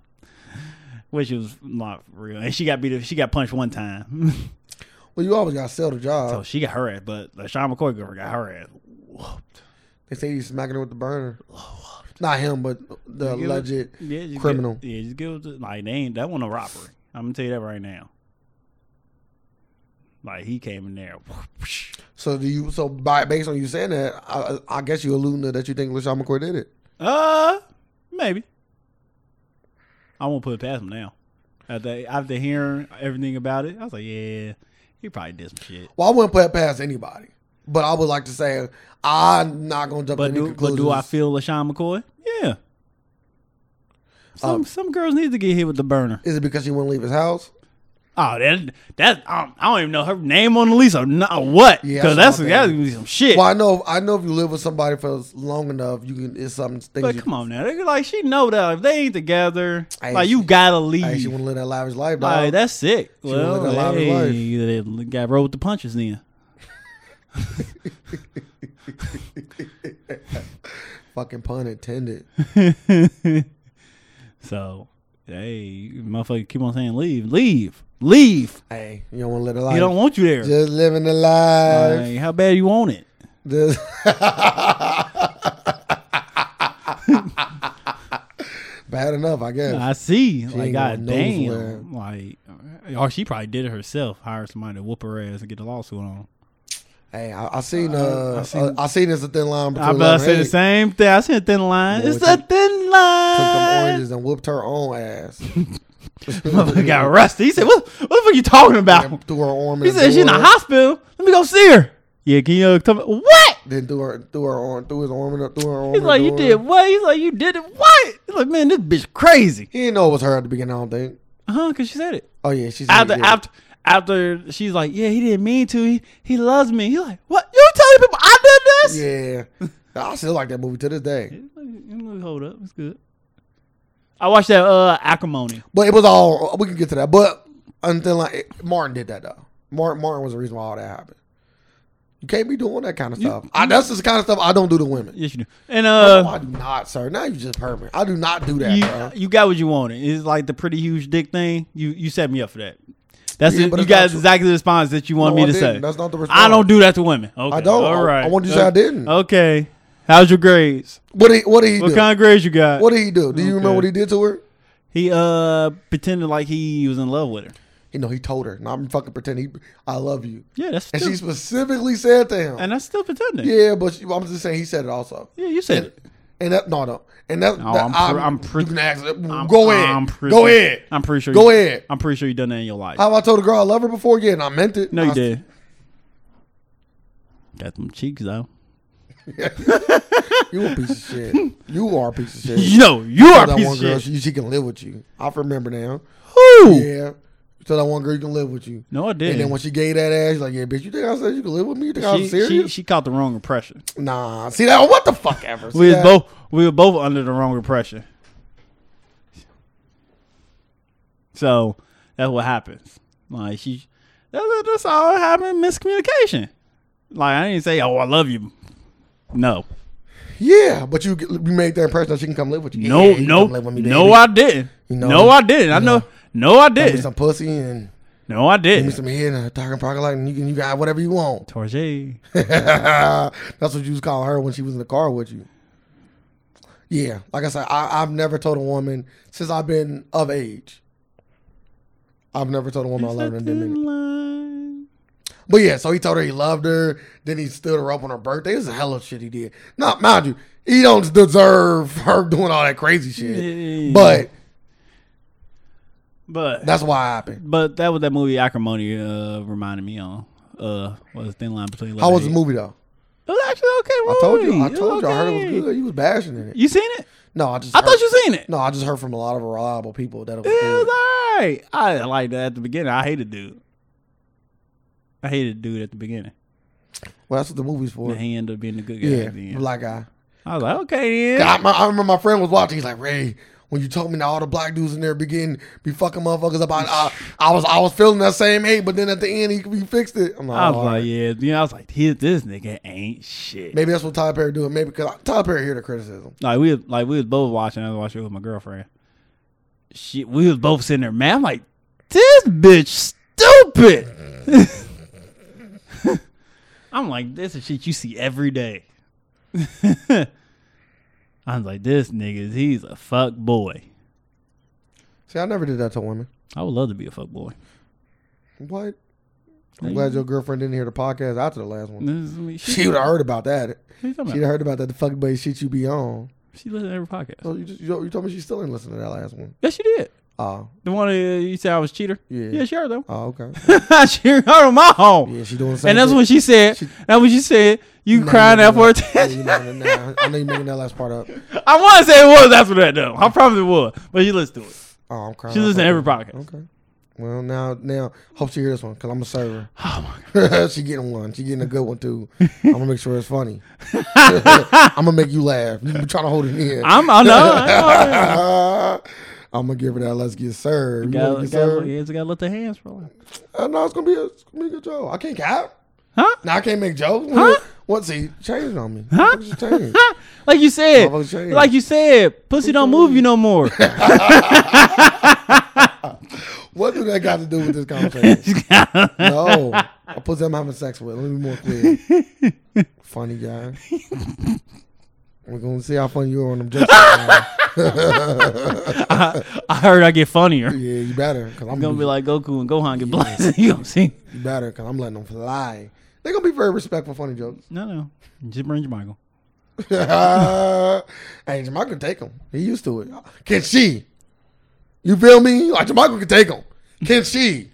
Speaker 1: which was not real. And she got beat. up- She got punched one time,
Speaker 2: Well, you always gotta sell the
Speaker 1: so
Speaker 2: job.
Speaker 1: she got her ass. But like, Sean McCoy girl got her ass whooped.
Speaker 2: They say he's smacking her with the burner. Not him, but the
Speaker 1: You get
Speaker 2: alleged.
Speaker 1: what- yeah, just
Speaker 2: criminal.
Speaker 1: Get, yeah, just give it to, like they ain't that one a robbery. I'm gonna tell you that right now. Like he came in there.
Speaker 2: So do you? So by based on you saying that, I, I guess you alluding to that you think LaShawn McCoy did it.
Speaker 1: Uh, maybe. I won't put it past him now. After after hearing everything about it, I was like, yeah, he probably did some shit.
Speaker 2: Well, I wouldn't put it past anybody, but I would like to say I'm not gonna jump to
Speaker 1: But
Speaker 2: any
Speaker 1: do, but
Speaker 2: conclusions.
Speaker 1: do I feel LaShawn McCoy? Yeah. Some
Speaker 2: Um,
Speaker 1: some girls need to get hit with the burner.
Speaker 2: Is it because she wouldn't leave his house?
Speaker 1: Oh, that that I don't, I don't even know her name on the list or not or what.
Speaker 2: Yeah,
Speaker 1: Because
Speaker 2: that's
Speaker 1: that's
Speaker 2: what I'm
Speaker 1: that's
Speaker 2: thinking.
Speaker 1: gonna be some shit.
Speaker 2: Well, I know, I know. If you live with somebody for long enough, you can. It's something. things
Speaker 1: but
Speaker 2: you
Speaker 1: come on now, they like she know that if they ain't together,
Speaker 2: Hey,
Speaker 1: like you
Speaker 2: she-
Speaker 1: gotta
Speaker 2: Hey, she
Speaker 1: leave.
Speaker 2: want to live that lavish life, dog.
Speaker 1: like that's sick.
Speaker 2: wanna live
Speaker 1: Well,
Speaker 2: that lavish
Speaker 1: hey, they got rolled with the punches then.
Speaker 2: Fucking pun intended.
Speaker 1: so, hey, motherfucker, keep on saying leave, leave, leave.
Speaker 2: hey, you don't want to live the life.
Speaker 1: He don't want you there.
Speaker 2: Just living the life.
Speaker 1: Like, how bad you want it?
Speaker 2: Just- Bad enough, I guess.
Speaker 1: I see.
Speaker 2: ain't
Speaker 1: Like,
Speaker 2: going
Speaker 1: god
Speaker 2: nowhere.
Speaker 1: damn. Like, or she probably did it herself. Hire somebody to whoop her ass and get the lawsuit on.
Speaker 2: Hey, I, I seen. Uh,
Speaker 1: I
Speaker 2: I
Speaker 1: seen-
Speaker 2: seen, uh, I seen it's a thin line between.
Speaker 1: I about
Speaker 2: love
Speaker 1: to say
Speaker 2: and
Speaker 1: the
Speaker 2: hate.
Speaker 1: same thing. I seen a thin line.
Speaker 2: Boy,
Speaker 1: it's
Speaker 2: took-
Speaker 1: a thin
Speaker 2: Took them
Speaker 1: line.
Speaker 2: oranges and whooped her own ass.
Speaker 1: Motherfucker got arrested. He said, "What? What the fuck you talking about?"
Speaker 2: Threw her arm.
Speaker 1: He
Speaker 2: in the
Speaker 1: said, "She in the
Speaker 2: door.
Speaker 1: hospital. Let me go see her." Yeah, can you uh, tell me what?
Speaker 2: Then threw her, threw her arm, threw his arm up, threw her arm.
Speaker 1: He's
Speaker 2: in
Speaker 1: like,
Speaker 2: the
Speaker 1: you
Speaker 2: door.
Speaker 1: did what? He's like, you did it what? He's like, man, this bitch crazy.
Speaker 2: He didn't know it was her at the beginning. I don't think.
Speaker 1: Uh huh. Cause she said it
Speaker 2: Oh yeah, she's
Speaker 1: after
Speaker 2: yeah.
Speaker 1: after after she's like, yeah, he didn't mean to. He he loves me. He's like, what? You telling people I did this?
Speaker 2: Yeah, I still like that movie to this day.
Speaker 1: It's like, you know, Hold up, it's good. I watched that uh acrimony.
Speaker 2: But it was all we can get to that. But until like Martin did that though. Martin Martin was the reason why all that happened. You can't be doing that kind of stuff. I, that's just the kind of stuff I don't do to women.
Speaker 1: Yes, you do. And
Speaker 2: no,
Speaker 1: uh,
Speaker 2: I do not, sir. Now you just hurt me. I do not do that,
Speaker 1: you,
Speaker 2: bro.
Speaker 1: you got what you wanted. It's like the pretty huge dick thing. You you set me up for that. That's
Speaker 2: Yeah,
Speaker 1: it.
Speaker 2: but
Speaker 1: you
Speaker 2: it's not
Speaker 1: got
Speaker 2: true.
Speaker 1: exactly the response that you wanted
Speaker 2: No,
Speaker 1: me
Speaker 2: I
Speaker 1: to
Speaker 2: didn't.
Speaker 1: say.
Speaker 2: That's not the response.
Speaker 1: I don't do that to women. Okay.
Speaker 2: I don't.
Speaker 1: All
Speaker 2: I-
Speaker 1: right. Uh,
Speaker 2: I wanted you to say I didn't.
Speaker 1: Okay. How's your grades?
Speaker 2: What did what did he
Speaker 1: What
Speaker 2: do?
Speaker 1: kind of grades you got?
Speaker 2: what did he do? Do you remember
Speaker 1: Okay.
Speaker 2: what he did to her?
Speaker 1: he uh pretended like he was in love with her.
Speaker 2: You know, he told her. No, I'm fucking pretending. He, I love you,
Speaker 1: Yeah, that's
Speaker 2: and
Speaker 1: still,
Speaker 2: she specifically said to him.
Speaker 1: and that's still pretending. Yeah,
Speaker 2: yeah, but she, I'm just saying he said it also.
Speaker 1: you said it.
Speaker 2: And that no, no, and that,
Speaker 1: No, I'm
Speaker 2: that
Speaker 1: pre- I'm pre-
Speaker 2: you can ask,
Speaker 1: I'm-
Speaker 2: go ahead,
Speaker 1: I'm pretty sure-
Speaker 2: go ahead.
Speaker 1: I'm pretty sure.
Speaker 2: Go
Speaker 1: you-
Speaker 2: ahead.
Speaker 1: I'm pretty sure you done that in your life.
Speaker 2: How I told a girl I love her before, yeah, and I meant it.
Speaker 1: no,
Speaker 2: I
Speaker 1: you
Speaker 2: s-
Speaker 1: did. Got them cheeks though.
Speaker 2: You a piece of shit. You are a piece of shit.
Speaker 1: You know, you are
Speaker 2: Tell
Speaker 1: a
Speaker 2: that
Speaker 1: piece
Speaker 2: one
Speaker 1: of
Speaker 2: girl
Speaker 1: shit.
Speaker 2: She, she can live with you. I remember now.
Speaker 1: Who?
Speaker 2: Yeah, you tell that one girl you can live with you.
Speaker 1: No, I
Speaker 2: And then
Speaker 1: didn't.
Speaker 2: when she gave that ass, she's like, yeah, bitch, you think I said you can live with me? You think I
Speaker 1: she,
Speaker 2: was serious?
Speaker 1: she, she caught the wrong impression.
Speaker 2: Nah, see that? What the fuck ever? See
Speaker 1: We was
Speaker 2: that?
Speaker 1: both we were both under the wrong impression. So that's what happens. Like she, that- that's all happened. Miscommunication. Like I didn't say, "Oh, I love you." No,
Speaker 2: Yeah, but you, you made the impression that she can come live with you.
Speaker 1: no,
Speaker 2: yeah, you
Speaker 1: no,
Speaker 2: come live with me,
Speaker 1: no.
Speaker 2: baby.
Speaker 1: I didn't.
Speaker 2: You know-
Speaker 1: no, I didn't. I know. No, I
Speaker 2: Give me
Speaker 1: didn't.
Speaker 2: some pussy and
Speaker 1: No, I
Speaker 2: give me
Speaker 1: didn't.
Speaker 2: some head and a talking pocket light, and you can you got whatever you want.
Speaker 1: Torje.
Speaker 2: That's what you was calling her when she was in the car with you. Yeah, like I said, I, I've never told a woman since I've been of age. I've never told a woman I love her. and didn't mean it. But yeah, so he told her he loved her. Then he stood her up on her birthday. It's a hell of shit he did. Now, mind you, he don't deserve her doing all that crazy shit. But
Speaker 1: but
Speaker 2: that's why it happened.
Speaker 1: but that was that movie Acrimony uh, reminded me on. Uh, was thin line between. Love
Speaker 2: How
Speaker 1: and
Speaker 2: was the
Speaker 1: Hate.
Speaker 2: movie though?
Speaker 1: It was actually an okay.
Speaker 2: I told you.
Speaker 1: movie.
Speaker 2: I
Speaker 1: was
Speaker 2: told you. I heard it
Speaker 1: okay.
Speaker 2: was good. You was bashing in it.
Speaker 1: You seen it?
Speaker 2: No, I just.
Speaker 1: I
Speaker 2: heard-
Speaker 1: thought you seen it.
Speaker 2: No, I just heard from a lot of reliable people that it was
Speaker 1: It was
Speaker 2: good.
Speaker 1: all right. I liked that at the beginning. I hated dude. I hated dude at the beginning.
Speaker 2: Well, that's what the movie's for.
Speaker 1: And he ended up being the good guy
Speaker 2: Yeah,
Speaker 1: at the end.
Speaker 2: black guy.
Speaker 1: I was like, okay, then.
Speaker 2: I, my- I remember my friend was watching. He's like, Ray, when you told me that all the black dudes in there begin be fucking motherfuckers about, I, I was I was feeling that same hate, but then at the end he, he fixed it. I'm like,
Speaker 1: I was
Speaker 2: "Oh, all
Speaker 1: like,
Speaker 2: right."
Speaker 1: yeah. You know, I was like, this, this nigga ain't shit.
Speaker 2: maybe that's what Tyler Perry doing. Maybe because Tyler Perry hear the criticism.
Speaker 1: Like we, was- like we was both watching. I was watching it with my girlfriend. She, we was both sitting there, man. I'm like, this bitch stupid. I'm like, this is shit you see every day. I was like, this nigga, he's a fuck boy.
Speaker 2: See, I never did that to women.
Speaker 1: I would love to be a fuck boy.
Speaker 2: What? I'm glad your girlfriend didn't hear the podcast after the last one.
Speaker 1: This is me. She,
Speaker 2: She would have heard about that.
Speaker 1: what you talking
Speaker 2: She'd
Speaker 1: about?
Speaker 2: have heard about that the fucking buddy shit you be on.
Speaker 1: She listened to every podcast.
Speaker 2: So you just you, you told me she still ain't listening to that last one.
Speaker 1: Yes, she did.
Speaker 2: Oh,
Speaker 1: The one uh, you said I was cheater.
Speaker 2: Yeah.
Speaker 1: yeah, she heard them.
Speaker 2: oh, okay.
Speaker 1: she heard them all.
Speaker 2: Yeah, she doing the same.
Speaker 1: And that's
Speaker 2: thing.
Speaker 1: when she said,
Speaker 2: She-
Speaker 1: that's when she said, you
Speaker 2: Nah,
Speaker 1: crying
Speaker 2: you
Speaker 1: out for
Speaker 2: making that- yeah, you
Speaker 1: attention.
Speaker 2: making that- nah, I know you making that last part up.
Speaker 1: I want to say it was after that, though. I probably was. But she listened to it.
Speaker 2: Oh, I'm crying.
Speaker 1: She listened to every podcast.
Speaker 2: Okay. Well, now, now, hope she hear this one because I'm a server.
Speaker 1: Oh, my God.
Speaker 2: she getting one. She getting a good one too. I'm gonna make sure it's funny. I'm gonna make you laugh. You been trying to hold it in.
Speaker 1: I'm, I know. I know.
Speaker 2: I'm gonna give her that. Let's get served. You wanna
Speaker 1: Gotta,
Speaker 2: get
Speaker 1: gotta,
Speaker 2: served?
Speaker 1: yeah, just gotta let the hands roll.
Speaker 2: Uh, no, it's gonna be a, it's gonna be a good joke. I can't cap.
Speaker 1: Huh?
Speaker 2: Now I can't make jokes. What's he changed on me?
Speaker 1: Huh?
Speaker 2: What's changed?
Speaker 1: Like you said,
Speaker 2: Motherfuckers change.
Speaker 1: like you said, pussy don't move you no more.
Speaker 2: What do that got to do with this conversation? No, I put them having sex with. Let me be more clear. Funny guy. We're gonna see how funny you are on them jokes. yeah,
Speaker 1: I heard I get funnier.
Speaker 2: you better, cause I'm
Speaker 1: Gonna be like Goku and Gohan get blasted. You don't see?
Speaker 2: you better, cause I'm letting them fly. They're gonna be very respectful, funny jokes.
Speaker 1: No, no. Just bring your Michael.
Speaker 2: hey, Jamal can take them. He used to it. Can she? You feel me? Like Jamal can take them. Can she?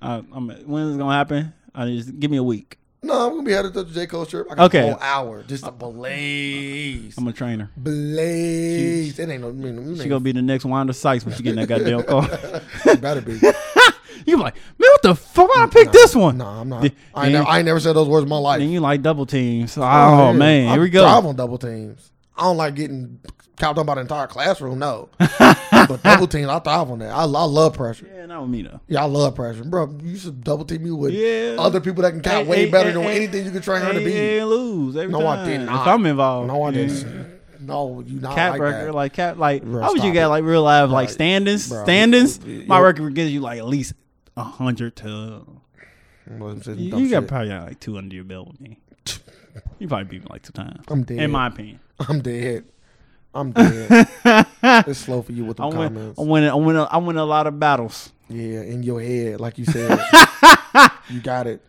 Speaker 1: I, I'm, when is it gonna happen? I just give me a week.
Speaker 2: No, I'm gonna be headed to the J Cole strip. I got
Speaker 1: Okay.
Speaker 2: a whole hour just to blaze,
Speaker 1: I'm a trainer.
Speaker 2: blaze. It ain't no. I mean, you
Speaker 1: She
Speaker 2: ain't-
Speaker 1: gonna be the next Wanda Sykes when she get in that goddamn car.
Speaker 2: you better be.
Speaker 1: you be like, man, what the fuck? Why I pick this one?
Speaker 2: No, I'm not.
Speaker 1: Then-
Speaker 2: I ain't, never, I ain't never said those words in my life.
Speaker 1: Then you like double teams. Oh, man, here we go.
Speaker 2: I thrive on double teams. I don't like getting copped on by the entire classroom. No, but double teams, I thrive on that. I, I love pressure.
Speaker 1: Yeah, not with me though.
Speaker 2: Yeah, I love pressure, bro. You should double team me with
Speaker 1: Yeah.
Speaker 2: other people that can count
Speaker 1: Hey,
Speaker 2: way
Speaker 1: hey,
Speaker 2: better
Speaker 1: hey,
Speaker 2: than
Speaker 1: hey,
Speaker 2: anything you can train her to
Speaker 1: Hey,
Speaker 2: be.
Speaker 1: yeah, lose every
Speaker 2: No, I
Speaker 1: time.
Speaker 2: did not.
Speaker 1: If I'm involved,
Speaker 2: No, I
Speaker 1: yeah.
Speaker 2: didn't. No, you not
Speaker 1: Cat
Speaker 2: like
Speaker 1: record,
Speaker 2: that.
Speaker 1: like cat, like
Speaker 2: Bro,
Speaker 1: how would you
Speaker 2: stop
Speaker 1: get
Speaker 2: it.
Speaker 1: like real life, like standings,
Speaker 2: bro,
Speaker 1: standings? My
Speaker 2: yo-
Speaker 1: record gives you like at least a hundred to.
Speaker 2: Well, it's just
Speaker 1: You,
Speaker 2: dumb
Speaker 1: you got
Speaker 2: shit.
Speaker 1: probably got like two under your belt with me. You probably beat me like two times.
Speaker 2: I'm dead.
Speaker 1: In my opinion,
Speaker 2: I'm dead. I'm dead. it's slow for you with the
Speaker 1: I win.
Speaker 2: comments.
Speaker 1: I win. I win. I win a lot of battles.
Speaker 2: Yeah, in your head, like you said. you got it.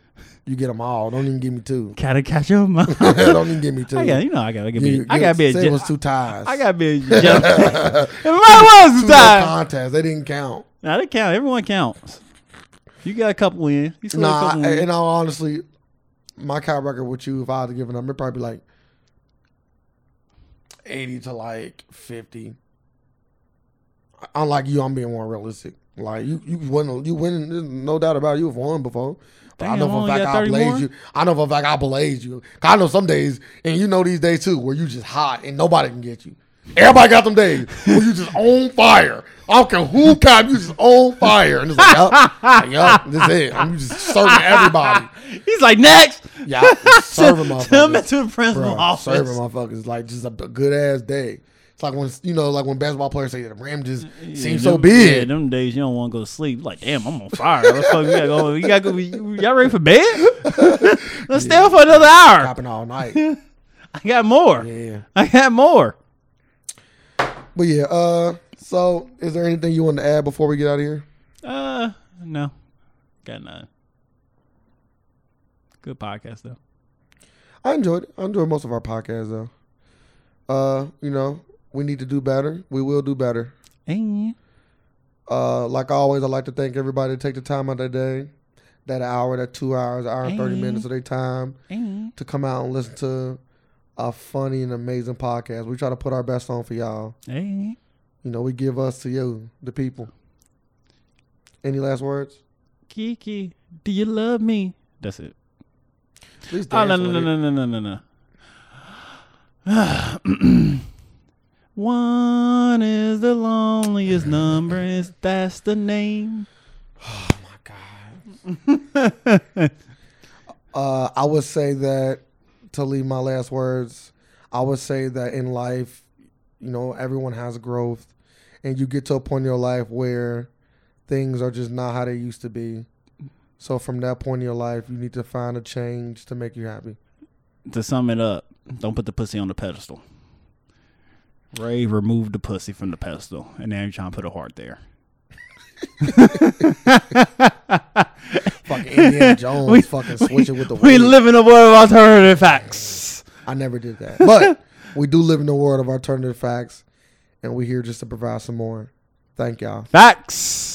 Speaker 2: You get them all. Don't even give me two.
Speaker 1: Gotta catch them. I
Speaker 2: Don't even give me two.
Speaker 1: got. You know. I gotta be.
Speaker 2: You-
Speaker 1: I
Speaker 2: you
Speaker 1: gotta be a.
Speaker 2: said
Speaker 1: Je-
Speaker 2: it was two ties.
Speaker 1: I gotta be a judge. if I was
Speaker 2: two
Speaker 1: the
Speaker 2: no
Speaker 1: time,
Speaker 2: contests. They didn't count.
Speaker 1: now they count. Everyone counts. You got a couple wins. You still got a
Speaker 2: Nah,
Speaker 1: couple wins.
Speaker 2: and all honestly, my count record with you, if I had to give a number, it'd probably be like eighty to like fifty. Unlike you, I'm being more realistic. Like you, you win, you win. There's no doubt about it. You've won before. But I
Speaker 1: Damn,
Speaker 2: know for
Speaker 1: only
Speaker 2: a fact
Speaker 1: got
Speaker 2: I
Speaker 1: 30 more?
Speaker 2: blaze you. I know for a fact I blaze you. 'Cause I know some days, and you know these days too, where you just hot and nobody can get you. Everybody got them days where you just on fire. I don't care who come, you just on fire. And it's like, yup, like, yup, this is it. I'm just serving everybody.
Speaker 1: He's like next.
Speaker 2: Yeah, I'm serving
Speaker 1: Tell me
Speaker 2: motherfuckers.
Speaker 1: to the principal
Speaker 2: Bro,
Speaker 1: office.
Speaker 2: serving motherfuckers like just a good ass day. It's like when you know, like when basketball players say the rim just seems so
Speaker 1: them-
Speaker 2: big.
Speaker 1: Yeah, them days you don't want to go to sleep. Like, damn, I'm on fire. What the fuck, we gotta go. We gotta go. we- Y'all ready for bed? Let's stay up for another hour.
Speaker 2: Popping all night.
Speaker 1: I got more.
Speaker 2: Yeah.
Speaker 1: I got more.
Speaker 2: But yeah, uh, so is there anything you want to add before we get out of here?
Speaker 1: Uh, no, got none. Good podcast though.
Speaker 2: I enjoyed it. I enjoyed most of our podcasts though. Uh, you know, we need to do better. We will do better.
Speaker 1: And
Speaker 2: Uh, like always, I'd like to thank everybody to take the time out of their day, that hour, that two hours, hour and 30
Speaker 1: Hey.
Speaker 2: minutes of their time
Speaker 1: and
Speaker 2: to come out and listen to a funny and amazing podcast. We try to put our best on for y'all.
Speaker 1: and
Speaker 2: You know, we give us to you, the people. Any last words?
Speaker 1: Kiki, do you love me? That's it.
Speaker 2: Please
Speaker 1: Oh
Speaker 2: dance
Speaker 1: no no
Speaker 2: with
Speaker 1: no
Speaker 2: it.
Speaker 1: no no no no no. One is the loneliest number, is that's the name.
Speaker 2: Oh my god. uh, I would say that to leave my last words, I would say that in life, you know, everyone has growth, and you get to a point in your life where things are just not how they used to be. So from that point in your life, you need to find a change to make you happy.
Speaker 1: To sum it up, don't put the pussy on the pedestal. Ray removed the pussy from the pedestal, and now you're trying to put a heart there.
Speaker 2: Fucking Indiana Jones,
Speaker 1: We-
Speaker 2: fucking switching with the
Speaker 1: We
Speaker 2: wind.
Speaker 1: live in a world of alternative facts.
Speaker 2: I never did that, but we do live in a world of alternative facts, and we're here just to provide some more. Thank y'all.
Speaker 1: Facts.